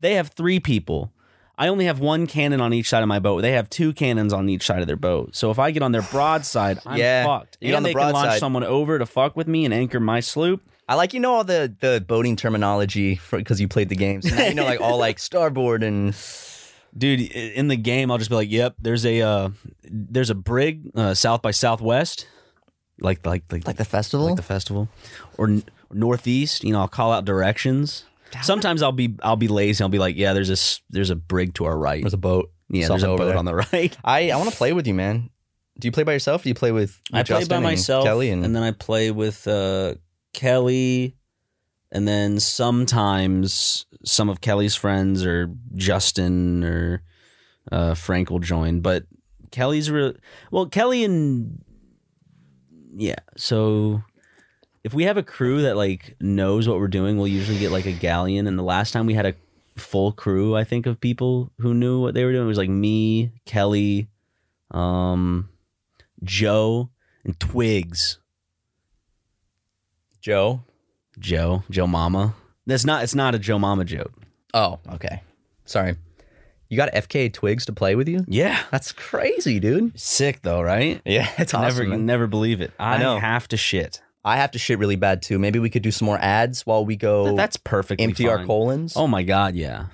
[SPEAKER 4] They have three people. I only have one cannon on each side of my boat. They have two cannons on each side of their boat. So if I get on their broadside, I'm
[SPEAKER 3] Yeah,
[SPEAKER 4] fucked.
[SPEAKER 3] you
[SPEAKER 4] And
[SPEAKER 3] get on the
[SPEAKER 4] they can launch
[SPEAKER 3] broadside.
[SPEAKER 4] someone over to fuck with me and anchor my sloop.
[SPEAKER 3] I like you know all the the boating terminology because you played the games. Now you know like all like starboard and
[SPEAKER 4] dude i- in the game i'll just be like yep there's a uh there's a brig uh, south by southwest like like like
[SPEAKER 3] like the festival.
[SPEAKER 4] like the festival or n- northeast you know i'll call out directions sometimes i'll be i'll be lazy i'll be like yeah there's a s- there's a brig to our right
[SPEAKER 3] there's a boat.
[SPEAKER 4] yeah there's a
[SPEAKER 3] something
[SPEAKER 4] boat
[SPEAKER 3] over there.
[SPEAKER 4] on the right
[SPEAKER 3] I I want to play with you, man. Do you play by yourself? Or do you play with
[SPEAKER 4] i play
[SPEAKER 3] Justin
[SPEAKER 4] by
[SPEAKER 3] and
[SPEAKER 4] myself
[SPEAKER 3] Kelly and,
[SPEAKER 4] then i play with uh kelly and then sometimes some of kelly's friends or justin or uh, Frank will join, but Kelly's real. Well, Kelly and yeah, so if we have a crew that like knows what we're doing, we'll usually get like a galleon. And the last time we had a full crew, I think of people who knew what they were doing. It was like me, Kelly, um, Joe, and Twigs.
[SPEAKER 1] Joe.
[SPEAKER 4] Joe, Joe Mama. That's not. It's not a Joe Mama joke.
[SPEAKER 3] Oh, okay. Sorry. You got FK Twigs to play with you?
[SPEAKER 4] Yeah,
[SPEAKER 3] That's crazy, dude.
[SPEAKER 4] sick though, right?
[SPEAKER 3] Yeah, it's
[SPEAKER 4] never,
[SPEAKER 3] awesome. man.
[SPEAKER 4] never believe it. I,
[SPEAKER 3] know.
[SPEAKER 4] have to shit.
[SPEAKER 3] I have to shit really bad too. Maybe we could do some more ads while we go
[SPEAKER 4] Th- that's perfectly
[SPEAKER 3] empty our
[SPEAKER 4] fine.
[SPEAKER 3] colons.
[SPEAKER 4] Oh my god, yeah.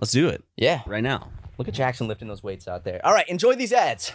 [SPEAKER 4] Let's do it
[SPEAKER 3] yeah.
[SPEAKER 4] right now.
[SPEAKER 3] Look at Jackson lifting those weights out there. All right, enjoy these ads.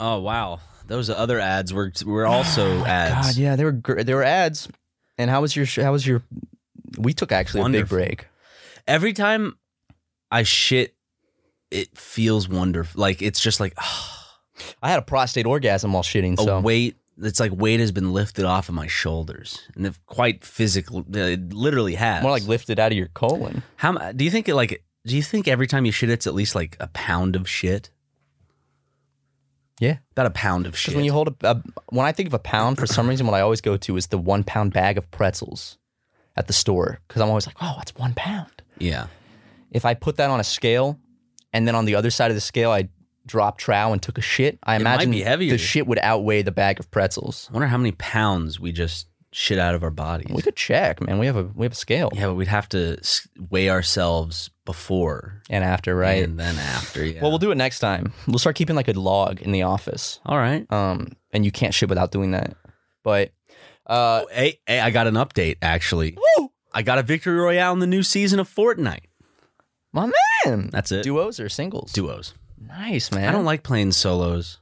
[SPEAKER 4] Oh wow, those other ads were were also
[SPEAKER 3] God,
[SPEAKER 4] ads.
[SPEAKER 3] yeah, there were gr- there were ads. And how was your sh- how was your? We took actually a big
[SPEAKER 4] Wonderful.
[SPEAKER 3] break.
[SPEAKER 4] Every time I shit, it feels wonderful. Like it's just like
[SPEAKER 3] I had a prostate orgasm while shitting.
[SPEAKER 4] a
[SPEAKER 3] So
[SPEAKER 4] weight. It's like weight has been lifted off of my shoulders, and it quite physical. uh, It literally has.
[SPEAKER 3] more like lifted out of your colon.
[SPEAKER 4] how mu- do you think it like? Do you think every time you shit, it's at least like a pound of shit?
[SPEAKER 3] Yeah.
[SPEAKER 4] about a pound of shit.
[SPEAKER 3] Because when you hold a, a when I think of a pound, for some reason, what I always go to is the one pound bag of pretzels at the store. Because I'm always like, oh, that's one pound.
[SPEAKER 4] yeah,
[SPEAKER 3] If I put that on a scale, and then on the other side of the scale, I dropped trow and took a shit, I
[SPEAKER 4] It might
[SPEAKER 3] imagine
[SPEAKER 4] be heavier.
[SPEAKER 3] the shit would outweigh the bag of pretzels.
[SPEAKER 4] I wonder how many pounds we just shit out of our bodies.
[SPEAKER 3] We could check, man. We have a we have a scale.
[SPEAKER 4] Yeah, but we'd have to s- weigh ourselves before
[SPEAKER 3] And after, right?
[SPEAKER 4] and then after. Yeah.
[SPEAKER 3] Well, we'll do it next time. We'll start keeping like a log in the office.
[SPEAKER 4] All right.
[SPEAKER 3] Um, and you can't shit without doing that. But uh,
[SPEAKER 4] Oh, Hey, hey, I got an update actually. I got a victory royale in the new season of Fortnite.
[SPEAKER 3] my man,
[SPEAKER 4] That's it.
[SPEAKER 3] duos or singles?
[SPEAKER 4] Duos.
[SPEAKER 3] nice, man.
[SPEAKER 4] I don't like playing solos.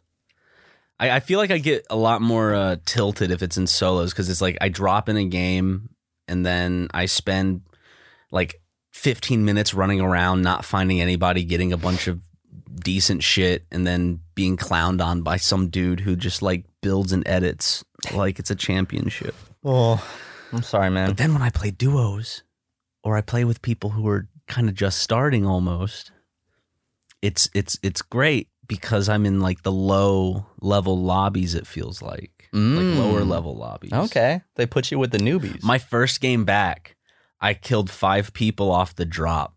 [SPEAKER 4] I, I feel like I get a lot more uh, tilted if it's in solos because it's like I drop in a game and then I spend like 15 minutes running around, not finding anybody, getting a bunch of decent shit, and then being clowned on by some dude who just like builds and edits like it's a championship.
[SPEAKER 3] Oh, I'm sorry, man.
[SPEAKER 4] But then when I play duos or I play with people who are kind of just starting almost, it's it's it's great because I'm in like the low level lobbies it feels like.
[SPEAKER 3] Mm.
[SPEAKER 4] Like lower level lobbies.
[SPEAKER 3] Okay, they put you with the newbies.
[SPEAKER 4] My first game back, I killed 5 people off the drop.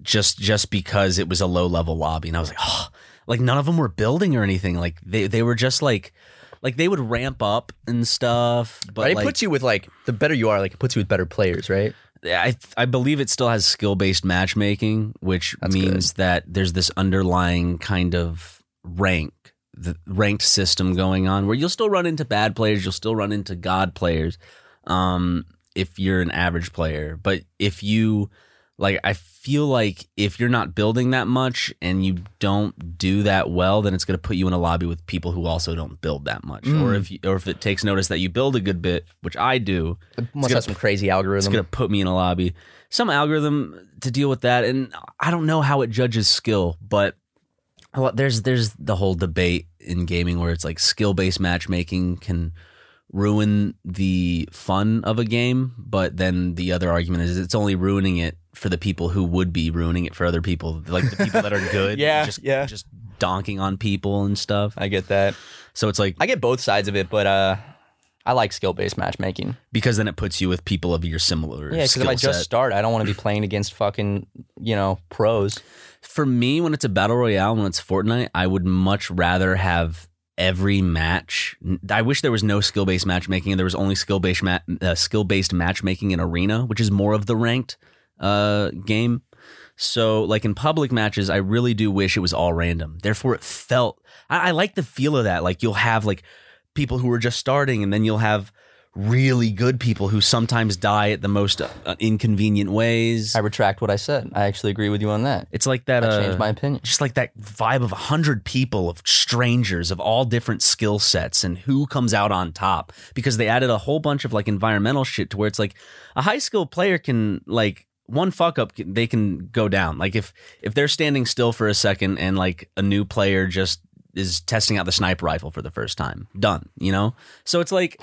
[SPEAKER 4] Just just because it was a low level lobby and I was like, "Oh, like none of them were building or anything. Like they they were just like like they would ramp up and stuff, but
[SPEAKER 3] right, it
[SPEAKER 4] like,
[SPEAKER 3] puts you with like the better you are, like it puts you with better players, right?
[SPEAKER 4] I I believe it still has skill based matchmaking, which
[SPEAKER 3] That's
[SPEAKER 4] means that there's this underlying kind of rank, the ranked system going on, where you'll still run into bad players, you'll still run into god players, um, if you're an average player. But if you like, I feel like if you're not building that much and you don't do that well, then it's going to put you in a lobby with people who also don't build that much. Or if you, or if it takes notice that you build a good bit, which I do,
[SPEAKER 3] Must
[SPEAKER 4] gonna-
[SPEAKER 3] have some crazy algorithm.
[SPEAKER 4] it's going to put me in a lobby. Some algorithm to deal with that, and I don't know how it judges skill, but a lot- there's there's the whole debate in gaming where it's like skill based matchmaking can ruin the fun of a game, but then the other argument is it's only ruining it for the people who would be ruining it for other people, like the people that are good,
[SPEAKER 3] Yeah,
[SPEAKER 4] just
[SPEAKER 3] yeah.
[SPEAKER 4] just donking on people and stuff.
[SPEAKER 3] I get that.
[SPEAKER 4] So it's like
[SPEAKER 3] I get both sides of it, but uh, I like skill based matchmaking.
[SPEAKER 4] because then it puts you with people of your similar
[SPEAKER 3] Yeah, because if
[SPEAKER 4] skill
[SPEAKER 3] I just
[SPEAKER 4] set.
[SPEAKER 3] start, I don't want to be playing against fucking you know pros.
[SPEAKER 4] for me, when it's a battle royale, when it's Fortnite, I would much rather have every match. I wish there was no skill based matchmaking and there was only skill based ma- uh, skill based matchmaking in arena, which is more of the ranked uh, game. So, like in public matches, I really do wish it was all random. Therefore, it felt I, I like the feel of that. Like you'll have like people who are just starting, and then you'll have really good people who sometimes die at the most uh, inconvenient ways.
[SPEAKER 3] I retract what I said. I actually agree with you on that.
[SPEAKER 4] It's like that.
[SPEAKER 3] I
[SPEAKER 4] uh,
[SPEAKER 3] changed my opinion.
[SPEAKER 4] Just like that vibe of a hundred people of strangers of all different skill sets and who comes out on top because they added a whole bunch of like environmental shit to where it's like a high skill player can like one fuck up they can go down. Like if if they're standing still for a second and like a new player just is testing out the sniper rifle for the first time, done. You know. So it's like.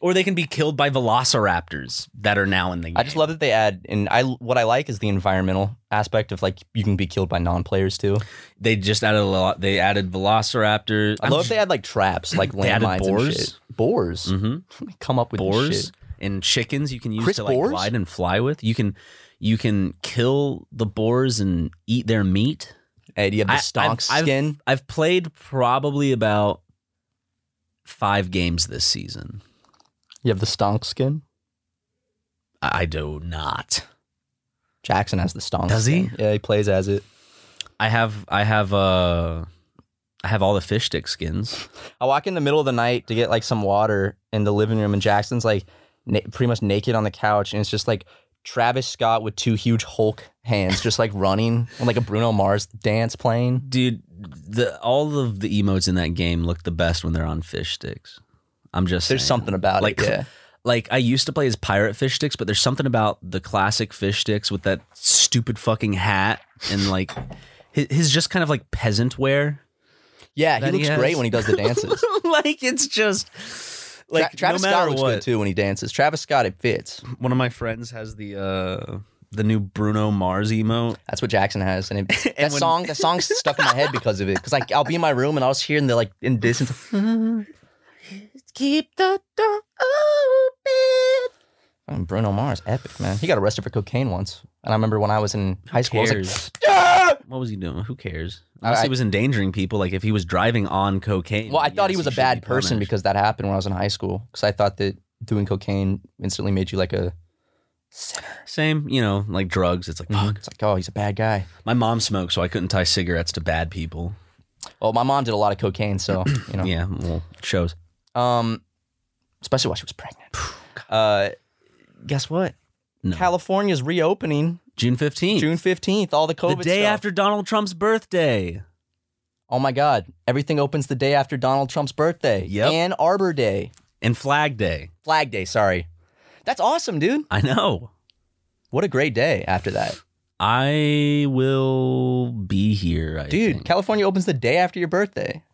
[SPEAKER 4] Or they can be killed by velociraptors that are now in the game.
[SPEAKER 3] I just love that they add, and I what I like is the environmental aspect of like you can be killed by non-players too.
[SPEAKER 4] They just added a lot. They added Velociraptor.
[SPEAKER 3] I love if they add like traps, like
[SPEAKER 4] They added
[SPEAKER 3] landmines and
[SPEAKER 4] boars?
[SPEAKER 3] shit. Boars,
[SPEAKER 4] Mhm.
[SPEAKER 3] come up with this
[SPEAKER 4] boars
[SPEAKER 3] shit.
[SPEAKER 4] and chickens you can use
[SPEAKER 3] Chris
[SPEAKER 4] to like
[SPEAKER 3] Boars?
[SPEAKER 4] glide and fly with. You can you can kill the boars and eat their meat.
[SPEAKER 3] Hey, do you have the stonk
[SPEAKER 4] I've-
[SPEAKER 3] skin?
[SPEAKER 4] I've played probably about five games this season.
[SPEAKER 3] You have the stonk skin.
[SPEAKER 4] I I do not.
[SPEAKER 3] Jackson has the stonk.
[SPEAKER 4] Does he?
[SPEAKER 3] skin. Yeah, he plays as it.
[SPEAKER 4] I have I have uh I have all the fish stick skins.
[SPEAKER 3] I walk in the middle of the night to get like some water in the living room, and Jackson's like na- pretty much naked on the couch, and it's just like Travis Scott with two huge Hulk hands, just like running, and like a Bruno Mars dance playing.
[SPEAKER 4] Dude, the all of the emotes in that game look the best when they're on fish sticks. I'm just
[SPEAKER 3] There's
[SPEAKER 4] saying.
[SPEAKER 3] something about
[SPEAKER 4] like
[SPEAKER 3] it. Yeah.
[SPEAKER 4] like I used to play as pirate fish sticks, but there's something about the classic fish sticks with that stupid fucking hat and like his, his just kind of like peasant wear.
[SPEAKER 3] Yeah, he
[SPEAKER 4] that he
[SPEAKER 3] looks
[SPEAKER 4] has.
[SPEAKER 3] great when he does the dances.
[SPEAKER 4] like it's just like
[SPEAKER 3] Tra- Travis
[SPEAKER 4] no matter
[SPEAKER 3] Scott looks
[SPEAKER 4] what,
[SPEAKER 3] good too when he dances. Travis Scott, it fits.
[SPEAKER 4] One of my friends has the uh the new Bruno Mars emote.
[SPEAKER 3] That's what Jackson has, and, it, that
[SPEAKER 4] when-
[SPEAKER 3] song, that song stuck in my head because of it. Because like I'll be in my room and I'll just hear in the like in distance. Keep the door open. Fucking Bruno Mars, epic man. He got arrested for cocaine once, and I remember when I was in high school, I was like,
[SPEAKER 4] cares? What was he doing? Who cares?
[SPEAKER 3] I-
[SPEAKER 4] Unless
[SPEAKER 3] I-
[SPEAKER 4] he was endangering people, like if he was driving on cocaine.
[SPEAKER 3] well, I thought
[SPEAKER 4] yes,
[SPEAKER 3] he was a
[SPEAKER 4] should
[SPEAKER 3] bad
[SPEAKER 4] be
[SPEAKER 3] person
[SPEAKER 4] punished.
[SPEAKER 3] because that happened when I was in high school. Because I thought that doing cocaine instantly made you like a.
[SPEAKER 4] same, you know, like drugs. It's like fuck.
[SPEAKER 3] It's like, oh, he's a bad guy.
[SPEAKER 4] My mom smoked, so I couldn't tie cigarettes to bad people.
[SPEAKER 3] Well, my mom did a lot of cocaine, so you know.
[SPEAKER 4] Yeah, well, it shows.
[SPEAKER 3] Um, especially while she was pregnant. Uh, guess what?
[SPEAKER 4] No.
[SPEAKER 3] California's reopening
[SPEAKER 4] June fifteenth,
[SPEAKER 3] June fifteenth. All the
[SPEAKER 4] the
[SPEAKER 3] COVID
[SPEAKER 4] day
[SPEAKER 3] stuff.
[SPEAKER 4] after Donald Trump's birthday.
[SPEAKER 3] Oh my God! Everything opens the day after Donald Trump's birthday.
[SPEAKER 4] Yep.
[SPEAKER 3] Ann Arbor Day,
[SPEAKER 4] And Flag Day.
[SPEAKER 3] Flag Day. Sorry. That's awesome, dude.
[SPEAKER 4] I know.
[SPEAKER 3] What a great day after that,
[SPEAKER 4] I will be here. I
[SPEAKER 3] dude.
[SPEAKER 4] think.
[SPEAKER 3] California opens the day after your birthday.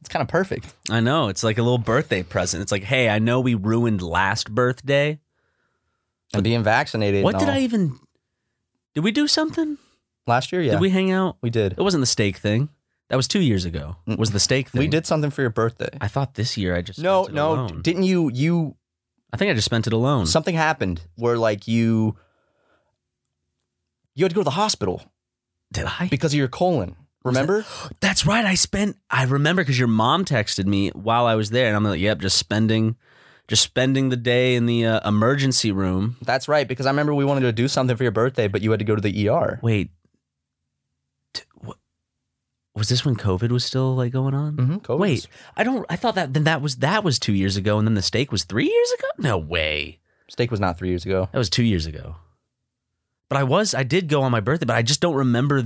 [SPEAKER 3] It's kind of perfect.
[SPEAKER 4] I know. It's like a little birthday present. It's like, hey, I know we ruined last birthday.
[SPEAKER 3] And being vaccinated.
[SPEAKER 4] What
[SPEAKER 3] and
[SPEAKER 4] did
[SPEAKER 3] all.
[SPEAKER 4] I even? Did we do something?
[SPEAKER 3] last year? Yeah,
[SPEAKER 4] Did we hang out?
[SPEAKER 3] we did.
[SPEAKER 4] It wasn't the steak thing. That was two years ago. It Was the steak thing?
[SPEAKER 3] Mm. We did something for your birthday.
[SPEAKER 4] I thought this year I just
[SPEAKER 3] no,
[SPEAKER 4] spent it
[SPEAKER 3] no.
[SPEAKER 4] alone.
[SPEAKER 3] Didn't you? You
[SPEAKER 4] I think I just spent it alone.
[SPEAKER 3] something happened where like you you had to go to the hospital
[SPEAKER 4] did I?
[SPEAKER 3] because of your colon. Remember?
[SPEAKER 4] That's right. I spent. I remember because your mom texted me while I was there, and I'm like, "Yep, just spending, just spending the day in the uh, emergency room."
[SPEAKER 3] That's right, because I remember we wanted to do something for your birthday, but you had to go to the ER.
[SPEAKER 4] Wait, t- what, was this when COVID was still like going on?
[SPEAKER 3] Mm-hmm. COVID.
[SPEAKER 4] Wait, I don't. I thought that then that was that was two years ago, and then the steak was three years ago. No way,
[SPEAKER 3] steak was not three years ago.
[SPEAKER 4] that was two years ago. But I was, I did go on my birthday, but I just don't remember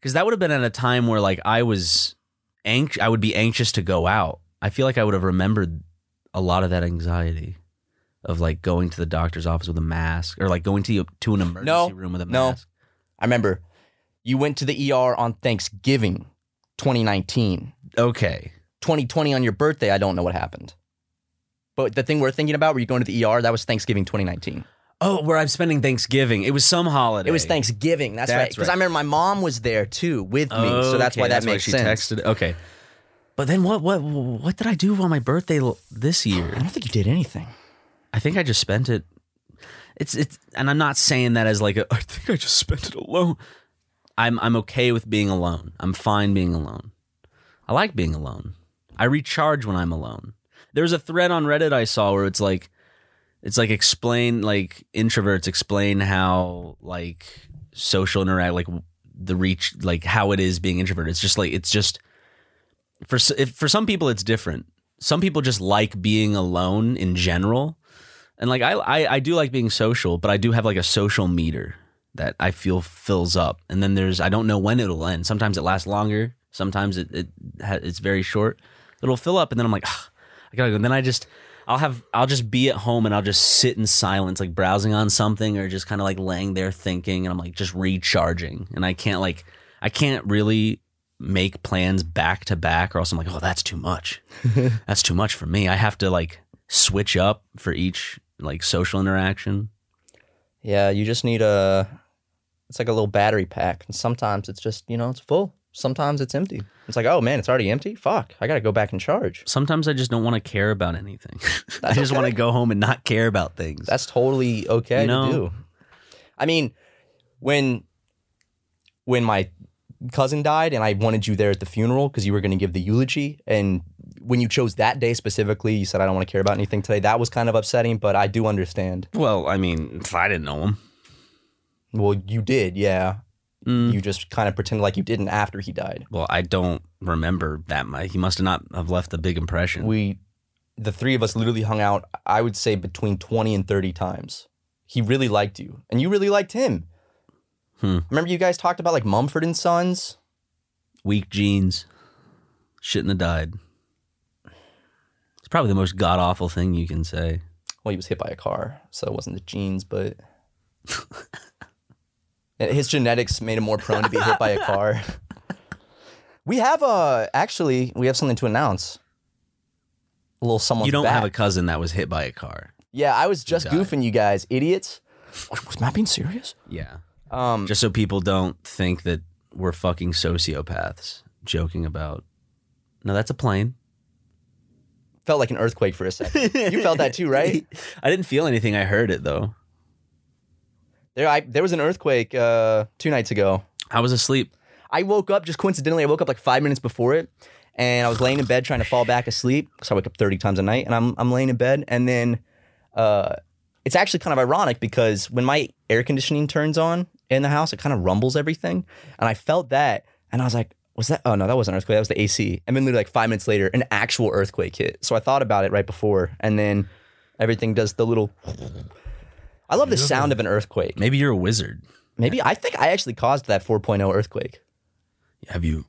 [SPEAKER 4] because that would have been at a time where like I was anxious. I would be anxious to go out. I feel like I would have remembered a lot of that anxiety of like going to the doctor's office with a mask or like going to to an emergency
[SPEAKER 3] No,
[SPEAKER 4] room with a
[SPEAKER 3] no.
[SPEAKER 4] mask.
[SPEAKER 3] I remember you went to the ER on Thanksgiving 2019.
[SPEAKER 4] Okay.
[SPEAKER 3] 2020 on your birthday, I don't know what happened. But the thing we're thinking about, were you going to the ER? That was Thanksgiving 2019.
[SPEAKER 4] Oh, where I'm spending Thanksgiving. It was some holiday.
[SPEAKER 3] It was Thanksgiving. That's, right.
[SPEAKER 4] That's
[SPEAKER 3] Because
[SPEAKER 4] right.
[SPEAKER 3] I remember my mom was there too with me. so that's
[SPEAKER 4] Okay,
[SPEAKER 3] why that
[SPEAKER 4] why
[SPEAKER 3] makes
[SPEAKER 4] she
[SPEAKER 3] sense.
[SPEAKER 4] Texted. Okay. But then what what what did I do on my birthday l- this year?
[SPEAKER 3] I don't think you did anything.
[SPEAKER 4] I think I just spent it. It's it's, and I'm not saying that as like a, I think I just spent it alone. I'm I'm okay with being alone. I'm fine being alone. I like being alone. I recharge when I'm alone. There was a thread on Reddit I saw where it's like, it's like explain like introverts explain how like social interact like the reach like how it is being introverted. It's just like it's just for s- if, for some people it's different. Some people just like being alone in general And like I, I I do like being social, but I do have like a social meter that I feel fills up. And then there's I don't know when it'll end. Sometimes it lasts longer. Sometimes it it ha- it's very short. It'll fill up, and then I'm like, "Ugh, I gotta go. And then I just I'll have I'll just be at home and I'll just sit in silence, like browsing on something or just kind of like laying there thinking. And I'm like just recharging. And I can't like I can't really make plans back to back, or else I'm like, oh, that's too much. that's too much for me. I have to like switch up for each like social interaction.
[SPEAKER 3] Yeah, you just need a. It's like a little battery pack, and sometimes it's just you know it's full. Sometimes it's empty. It's like, oh man, it's already empty. Fuck, I gotta go back and charge.
[SPEAKER 4] Sometimes I just don't want to care about anything. I just want to go home and not care about things.
[SPEAKER 3] That's totally okay
[SPEAKER 4] You know?
[SPEAKER 3] to do. I mean, when when my cousin died and I wanted you there at the funeral because you were going to give the eulogy, and when you chose that day specifically, you said I don't want to care about anything today. That was kind of upsetting, but I do understand.
[SPEAKER 4] well, I mean, if I didn't know him.
[SPEAKER 3] Well, you did, yeah. You just kind of pretended like you didn't after he died.
[SPEAKER 4] Well, I don't remember that much. He must have not have left a big impression.
[SPEAKER 3] We, the three of us, literally hung out. I would say between twenty and thirty times. He really liked you, and you really liked him.
[SPEAKER 4] Hmm.
[SPEAKER 3] Remember, you guys talked about like Mumford and Sons.
[SPEAKER 4] Weak jeans. Shouldn't have died. It's probably the most god awful thing you can say.
[SPEAKER 3] Well, he was hit by a car, so it wasn't the genes, but And his genetics made him more prone to be hit by a car. We have uh actually we have something to announce. A little someone's
[SPEAKER 4] you don't
[SPEAKER 3] back.
[SPEAKER 4] have a cousin that was hit by a car.
[SPEAKER 3] Yeah, I was just
[SPEAKER 4] died.
[SPEAKER 3] goofing you guys, idiots. Was Matt being serious?
[SPEAKER 4] Yeah.
[SPEAKER 3] Um,
[SPEAKER 4] Just so people don't think that we're fucking sociopaths joking about. No, that's a plane.
[SPEAKER 3] felt like an earthquake for a second. you felt that too, right?
[SPEAKER 4] I didn't feel anything. I heard it though.
[SPEAKER 3] There, I, there was an earthquake uh, two nights ago.
[SPEAKER 4] I was asleep.
[SPEAKER 3] I woke up just coincidentally. I woke up like five minutes before it, and I was laying in bed trying to fall back asleep because I wake up thirty times a night, and I'm I'm laying in bed, and then uh, it's actually kind of ironic because when my air conditioning turns on in the house, it kind of rumbles everything, and I felt that, and I was like. Was that? Oh no, that wasn't an earthquake. That was the AC. And then, literally, like five minutes later, an actual earthquake hit. So I thought about it right before, and then everything does the little. I love the sound of an earthquake.
[SPEAKER 4] Maybe you're a wizard.
[SPEAKER 3] Maybe I think I actually caused that 4.0 earthquake.
[SPEAKER 5] Have you?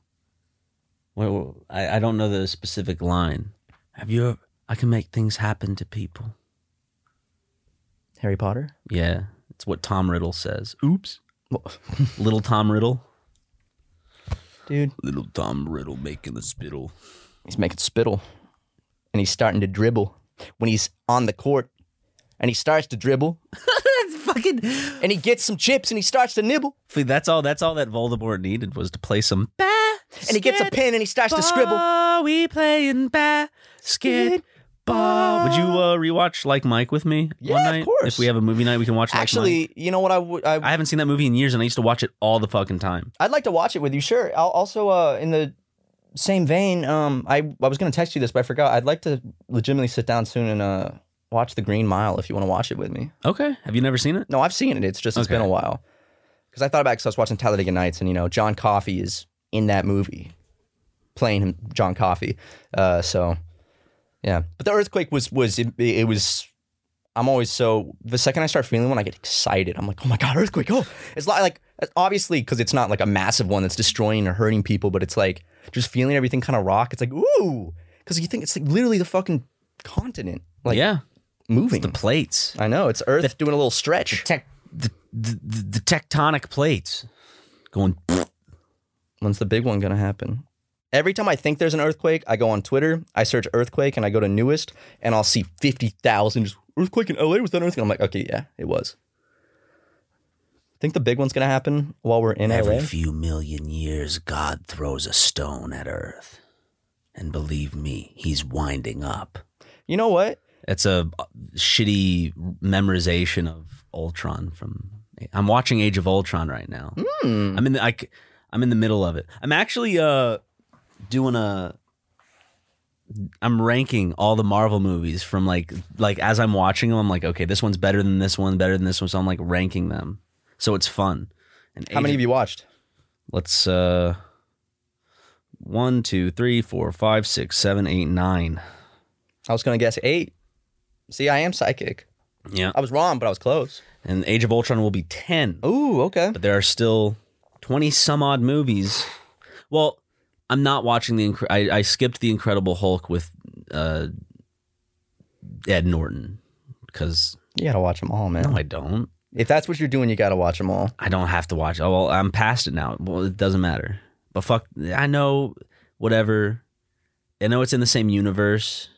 [SPEAKER 4] Wait, wait, I, I don't know the specific line. Have you? I can make things happen to people.
[SPEAKER 3] Harry Potter.
[SPEAKER 4] Yeah, it's what Tom Riddle says. Oops. Little Tom Riddle.
[SPEAKER 3] Dude,
[SPEAKER 5] Little Tom Riddle making the spittle.
[SPEAKER 3] He's making spittle and he's starting to dribble when he's on the court and he starts to dribble
[SPEAKER 4] Fucking.
[SPEAKER 3] and he gets some chips and he starts to nibble
[SPEAKER 4] That's all. That's all that Voldemort needed was to play some.
[SPEAKER 3] and he gets a pen and he starts to scribble.
[SPEAKER 4] Ball, we playing basketball. Would you uh, rewatch Like Mike with me
[SPEAKER 3] Yeah,
[SPEAKER 4] one
[SPEAKER 3] of
[SPEAKER 4] night?
[SPEAKER 3] course.
[SPEAKER 4] If we have a movie night, we can watch. Like Mike.
[SPEAKER 3] Actually, you know what I would I,
[SPEAKER 4] I haven't seen that movie in years, and I used to watch it all the fucking time.
[SPEAKER 3] I'd like to watch it with you. Sure. I'll also uh in the same vein, um I I was going to text you this but I forgot. I'd like to legitimately sit down soon and uh watch The Green Mile if you want to watch it with me.
[SPEAKER 4] Okay, have you never seen it?
[SPEAKER 3] No, I've seen it. It's just it's
[SPEAKER 4] Okay.
[SPEAKER 3] been a while. Because I thought about because I was watching Talladega Nights, and you know John Coffey is in that movie, playing him John Coffey. Uh, so yeah, but the earthquake was was it, it was. I'm always so the second I start feeling one, I get excited. I'm like, oh my god, earthquake! Oh, it's li- like obviously because it's not like a massive one that's destroying or hurting people, but it's like just feeling everything kind of rock. It's like ooh, because you think it's like literally the fucking continent like
[SPEAKER 4] yeah,
[SPEAKER 3] moving.
[SPEAKER 4] the plates.
[SPEAKER 3] I know it's Earth doing a little stretch.
[SPEAKER 4] tec- the, the, the, the tectonic plates going
[SPEAKER 3] When's the big one gonna happen? Every time I think there's an earthquake, I go on Twitter, I search earthquake, and I go to newest, and I'll see fifty thousand just earthquake in LA was that an earthquake. I'm like, okay, yeah, it was. Think the big one's gonna happen while we're in
[SPEAKER 5] Every
[SPEAKER 3] LA?
[SPEAKER 5] few million years, God throws a stone at Earth. And believe me, he's winding up.
[SPEAKER 3] You know what?
[SPEAKER 4] it's a uh, shitty memorization of ultron from i'm watching age of ultron right now
[SPEAKER 3] Hmm.
[SPEAKER 4] i'm in the I, am in the middle of it i'm actually uh doing a i'm ranking all the marvel movies from like like as i'm watching them i'm like okay this one's better than this one better than this one so i'm like ranking them so it's fun and
[SPEAKER 3] How many
[SPEAKER 4] Age
[SPEAKER 3] of you watched?
[SPEAKER 4] Let's uh one, two, three, four, five, six, seven, eight, nine.
[SPEAKER 3] I was gonna guess eight. See, I am psychic.
[SPEAKER 4] Yeah.
[SPEAKER 3] I was wrong, but I was close.
[SPEAKER 4] And Age of Ultron will be 10.
[SPEAKER 3] Ooh, okay.
[SPEAKER 4] But there are still 20 some odd movies. Well, I'm not watching the Incre- I, I skipped the Incredible Hulk with uh, Ed Norton because
[SPEAKER 3] You gotta watch them all, man.
[SPEAKER 4] no, I don't.
[SPEAKER 3] If that's what you're doing, you gotta watch them all.
[SPEAKER 4] I don't have to watch. Oh well, I'm past it now. Well, it doesn't matter. But fuck, I know whatever. I know it's in the same universe.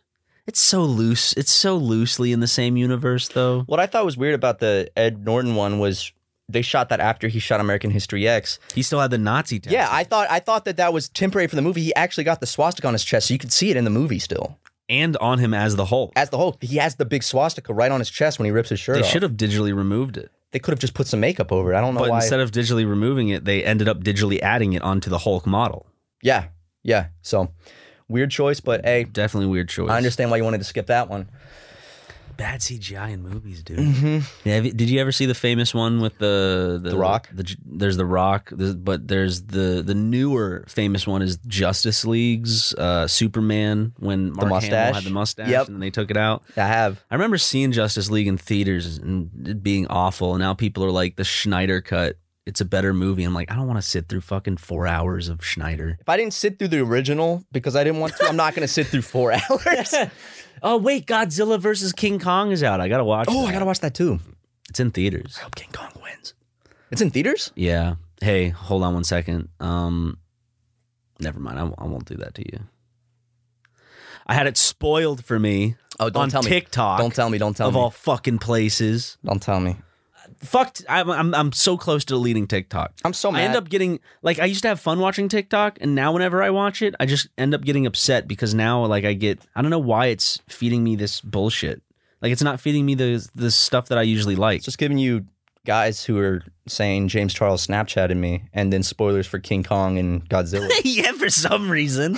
[SPEAKER 4] It's so loose. It's so loosely in the same universe, though.
[SPEAKER 3] What I thought was weird about the Ed Norton one was they shot that after he shot American History X.
[SPEAKER 4] He still had the Nazi tattoo.
[SPEAKER 3] Yeah, I thought I thought that that was temporary for the movie. He actually got the swastika on his chest, so you could see it in the movie still.
[SPEAKER 4] and on him as the Hulk.
[SPEAKER 3] As the Hulk, he has the big swastika right on his chest when he rips his shirt
[SPEAKER 4] They
[SPEAKER 3] off.
[SPEAKER 4] should have digitally removed it,
[SPEAKER 3] They could have just put some makeup over it. I don't know
[SPEAKER 4] but
[SPEAKER 3] why.
[SPEAKER 4] instead of digitally removing it, they ended up digitally adding it onto the Hulk model.
[SPEAKER 3] yeah, yeah. So weird choice, but hey,
[SPEAKER 4] Definitely weird choice.
[SPEAKER 3] I understand why you wanted to skip that one.
[SPEAKER 4] bad CGI in movies, dude. Yeah, have you- did you ever see the famous one with the Mm-hmm. the,
[SPEAKER 3] The Rock?
[SPEAKER 4] The, there's the Rock, there's- but there's the the newer famous one is Justice League's uh, Superman when Mark Hamill
[SPEAKER 3] mustache?
[SPEAKER 4] had the mustache
[SPEAKER 3] Yep.
[SPEAKER 4] and then they took it out.
[SPEAKER 3] I have.
[SPEAKER 4] I remember seeing Justice League in theaters and it being awful, and now people are like the Schneider cut. It's a better movie. I'm like, I don't want to sit through fucking four hours of Schneider.
[SPEAKER 3] If I didn't sit through the original because I didn't want to, I'm not going to sit through four hours.
[SPEAKER 4] Oh wait, Godzilla versus King Kong is out. I gotta watch.
[SPEAKER 3] oh,
[SPEAKER 4] that.
[SPEAKER 3] I got to watch that too.
[SPEAKER 4] It's in theaters.
[SPEAKER 3] King Kong wins. It's in theaters?
[SPEAKER 4] Yeah. Hey, hold on one second. Um, never mind. I, won't- I won't do that to you. I had it spoiled for me
[SPEAKER 3] Oh, don't
[SPEAKER 4] on
[SPEAKER 3] tell me.
[SPEAKER 4] TikTok.
[SPEAKER 3] Don't tell me. Don't tell
[SPEAKER 4] of
[SPEAKER 3] me.
[SPEAKER 4] all fucking places.
[SPEAKER 3] don't tell me.
[SPEAKER 4] Fucked. I'm, I'm I'm so close to deleting TikTok.
[SPEAKER 3] I'm so mad.
[SPEAKER 4] I end up getting like I used to have fun watching TikTok, and now whenever I watch it, I just end up getting upset because now like I get I don't know why it's feeding me this bullshit. Like it's not feeding me the the stuff that I usually like.
[SPEAKER 3] It's just giving you guys who are saying James Charles Snapchatted me and then spoilers for King Kong and Godzilla.
[SPEAKER 4] yeah, for some reason.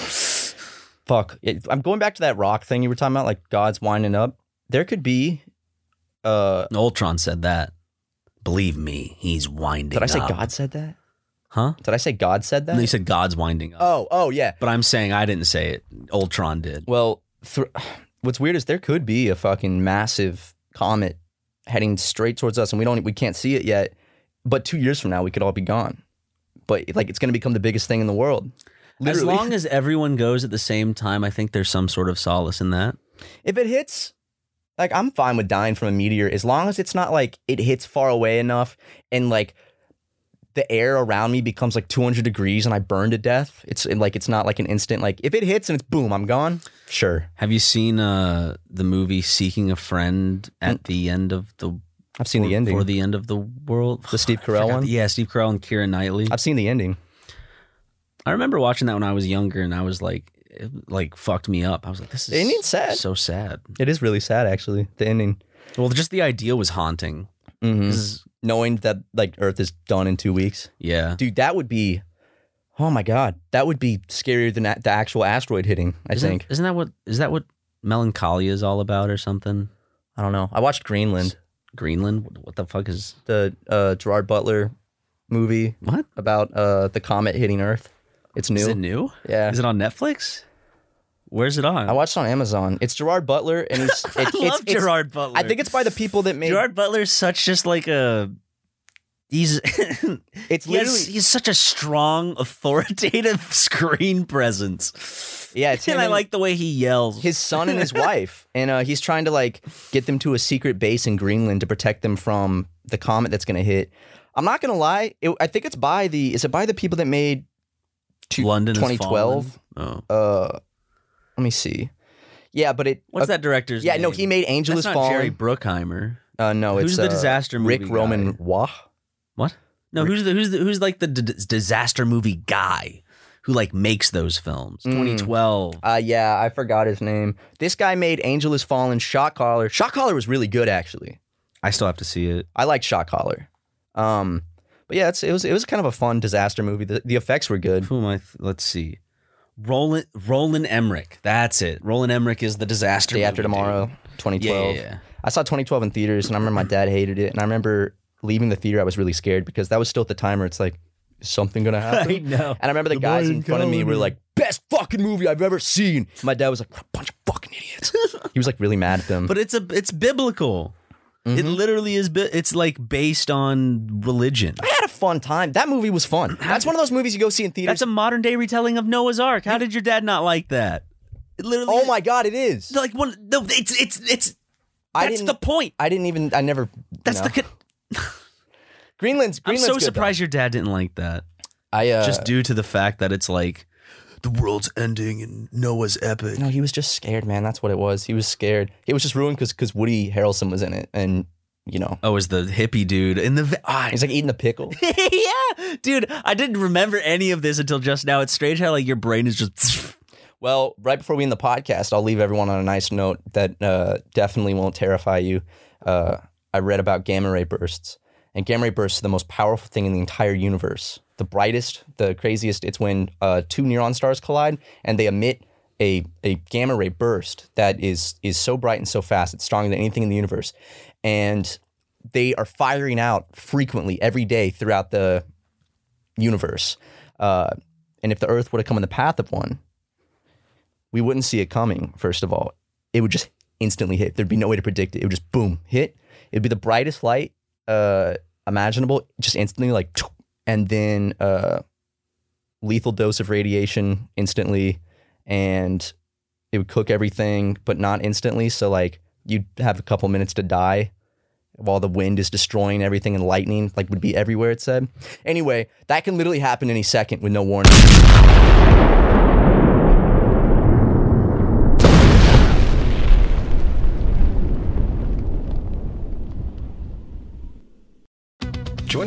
[SPEAKER 3] Fuck. It- I'm going back to that rock thing you were talking about, like God's winding up. There could be. uh
[SPEAKER 4] Ultron said that.
[SPEAKER 5] Believe me, he's winding
[SPEAKER 3] Did I say
[SPEAKER 5] up.
[SPEAKER 3] God said that?
[SPEAKER 4] Huh?
[SPEAKER 3] Did I say God said that?
[SPEAKER 4] No, you said God's winding up.
[SPEAKER 3] oh, oh, yeah.
[SPEAKER 4] But I'm saying I didn't say it. Ultron did.
[SPEAKER 3] Well, thr what's weird is there could be a fucking massive comet heading straight towards us, and we don't we can't see it yet. But two years from now, we could all be gone. But like, it's going to become the biggest thing in the world. Literally,
[SPEAKER 4] As long as everyone goes at the same time, I think there's some sort of solace in that.
[SPEAKER 3] if it hits, like I'm fine with dying from a meteor as long as it's not like it hits far away enough and like the air around me becomes like 200 degrees and I burn to death. It's and, like it's not like an instant. Like if it hits and it's boom, I'm gone. Sure,
[SPEAKER 4] Have you seen uh, the movie Seeking a Friend at the end of the
[SPEAKER 3] I've seen the
[SPEAKER 4] for-
[SPEAKER 3] ending.
[SPEAKER 4] for the end of the world?
[SPEAKER 3] The Steve
[SPEAKER 4] I
[SPEAKER 3] Carell
[SPEAKER 4] forgot
[SPEAKER 3] one?
[SPEAKER 4] the- yeah, Steve Carell and Kira Knightley.
[SPEAKER 3] I've seen the ending.
[SPEAKER 4] I remember watching that when I was younger, and I was like, it, like fucked me up. I was like, this is
[SPEAKER 3] Isn't it sad?
[SPEAKER 4] so sad.
[SPEAKER 3] It is really sad, actually. The ending.
[SPEAKER 4] Well, just the idea was haunting.
[SPEAKER 3] Mhm.
[SPEAKER 4] This is-
[SPEAKER 3] knowing that like Earth is done in two weeks,
[SPEAKER 4] yeah,
[SPEAKER 3] dude, that would be, oh my god, that would be scarier than a- the actual asteroid hitting. I
[SPEAKER 4] isn't,
[SPEAKER 3] think
[SPEAKER 4] Isn't that what is that what melancholia is all about or something?
[SPEAKER 3] I don't know. I watched Greenland,
[SPEAKER 4] Greenland? What- What the fuck is
[SPEAKER 3] the uh, Gerard Butler movie
[SPEAKER 4] what?
[SPEAKER 3] about uh, the comet hitting Earth. It's new.
[SPEAKER 4] Is it new?
[SPEAKER 3] yeah,
[SPEAKER 4] Is it on Netflix? Where's it on?
[SPEAKER 3] I watched it on Amazon. It's Gerard Butler, and he's. It, it's,
[SPEAKER 4] love
[SPEAKER 3] it's-
[SPEAKER 4] Gerard Butler.
[SPEAKER 3] I think it's by the people that made.
[SPEAKER 4] Gerard Butler's such just like a he's
[SPEAKER 3] it's
[SPEAKER 4] he has-
[SPEAKER 3] literally.
[SPEAKER 4] he's such a strong authoritative screen presence.
[SPEAKER 3] Yeah, it's him
[SPEAKER 4] and I
[SPEAKER 3] and-
[SPEAKER 4] like the way he yells.
[SPEAKER 3] his son and his wife and uh, he's trying to like get them to a secret base in greenland to protect them from the comet that's going to hit i'm not going to lie it, i think it's by the is it by the people that made two-
[SPEAKER 4] London has
[SPEAKER 3] 2012
[SPEAKER 4] fallen. Oh.
[SPEAKER 3] uh let me see yeah but it
[SPEAKER 4] What's
[SPEAKER 3] uh,
[SPEAKER 4] that director's
[SPEAKER 3] yeah
[SPEAKER 4] name?
[SPEAKER 3] no he made angel
[SPEAKER 4] That's
[SPEAKER 3] is
[SPEAKER 4] not
[SPEAKER 3] falling
[SPEAKER 4] Jerry Bruckheimer.
[SPEAKER 3] uh no
[SPEAKER 4] Who's
[SPEAKER 3] it's
[SPEAKER 4] the
[SPEAKER 3] uh,
[SPEAKER 4] disaster movie
[SPEAKER 3] rick roman
[SPEAKER 4] guy?
[SPEAKER 3] wah
[SPEAKER 4] What? No, who's the who's the, who's like the d- d- disaster movie guy who like makes those films?
[SPEAKER 3] Mm.
[SPEAKER 4] 2012.
[SPEAKER 3] uh yeah i forgot his name this guy made angel is fallen shot caller shot caller was really good actually
[SPEAKER 4] I still have to see it.
[SPEAKER 3] I like Shot Collar. Um, but yeah, it's, it was it was kind of a fun disaster movie. The, the effects were good.
[SPEAKER 4] Who am I? Th- let's see. Roland Roland Emmerich. That's it. Roland Emmerich is the disaster.
[SPEAKER 3] Day After
[SPEAKER 4] movie dude.
[SPEAKER 3] Tomorrow,
[SPEAKER 4] Yeah,
[SPEAKER 3] 2012.
[SPEAKER 4] yeah, yeah.
[SPEAKER 3] I saw 2012 in theaters, and I remember my dad hated it. And I remember leaving the theater, I was really scared because that was still at the time where it's like, is something gonna happen?
[SPEAKER 4] know.
[SPEAKER 3] And I remember the, guys in front of me were like, best fucking movie I've ever seen. My dad was like, "We're a bunch of fucking idiots. he was like really mad at them.
[SPEAKER 4] But it's a it's biblical.
[SPEAKER 3] Mm-hmm.
[SPEAKER 4] It literally is. Bi- it's like based on religion.
[SPEAKER 3] I had a fun time. That movie was fun. That's one of those movies you go see in theaters.
[SPEAKER 4] That's a modern day retelling of Noah's Ark. How did your dad not like that? It literally.
[SPEAKER 3] oh my god, it is.
[SPEAKER 4] Like one. No, it's it's it's.
[SPEAKER 3] I
[SPEAKER 4] That's
[SPEAKER 3] didn't-
[SPEAKER 4] the point.
[SPEAKER 3] I didn't even. I never.
[SPEAKER 4] That's
[SPEAKER 3] no.
[SPEAKER 4] the. Con-
[SPEAKER 3] Greenland's.
[SPEAKER 4] I'm
[SPEAKER 3] Greenland's
[SPEAKER 4] so
[SPEAKER 3] good,
[SPEAKER 4] surprised your dad didn't like that.
[SPEAKER 3] though. I uh,
[SPEAKER 4] Just due to the fact that it's like
[SPEAKER 5] The world's ending and Noah's epic.
[SPEAKER 3] No, he was just scared, man. That's what it was. He was scared. It was just ruined because because Woody Harrelson was in it, and you know
[SPEAKER 4] oh, is the hippie dude in the. va- Ah,
[SPEAKER 3] he's like eating a pickle.
[SPEAKER 4] yeah, dude. I didn't remember any of this until just now. It's strange how like your brain is just.
[SPEAKER 3] well, right before we end the podcast, I'll leave everyone on a nice note that uh, definitely won't terrify you. Uh, I read about gamma ray bursts, and gamma ray bursts are the most powerful thing in the entire universe. The brightest, the craziest. It's when uh, two neutron stars collide and they emit a, a gamma ray burst that is is so bright and so fast. It's stronger than anything in the universe, and they are firing out frequently every day throughout the universe. Uh, and if the Earth were to come in the path of one, we wouldn't see it coming, first of all. It would just instantly hit. There'd be no way to predict it. It would just boom, hit. It'd be the brightest light uh, imaginable, just instantly, like, and then uh, lethal dose of radiation instantly. And it would cook everything, but not instantly. So, like, you'd have a couple minutes to die while the wind is destroying everything and lightning, like, would be everywhere, it said. Anyway, that can literally happen any second with no warning.
[SPEAKER 8] Join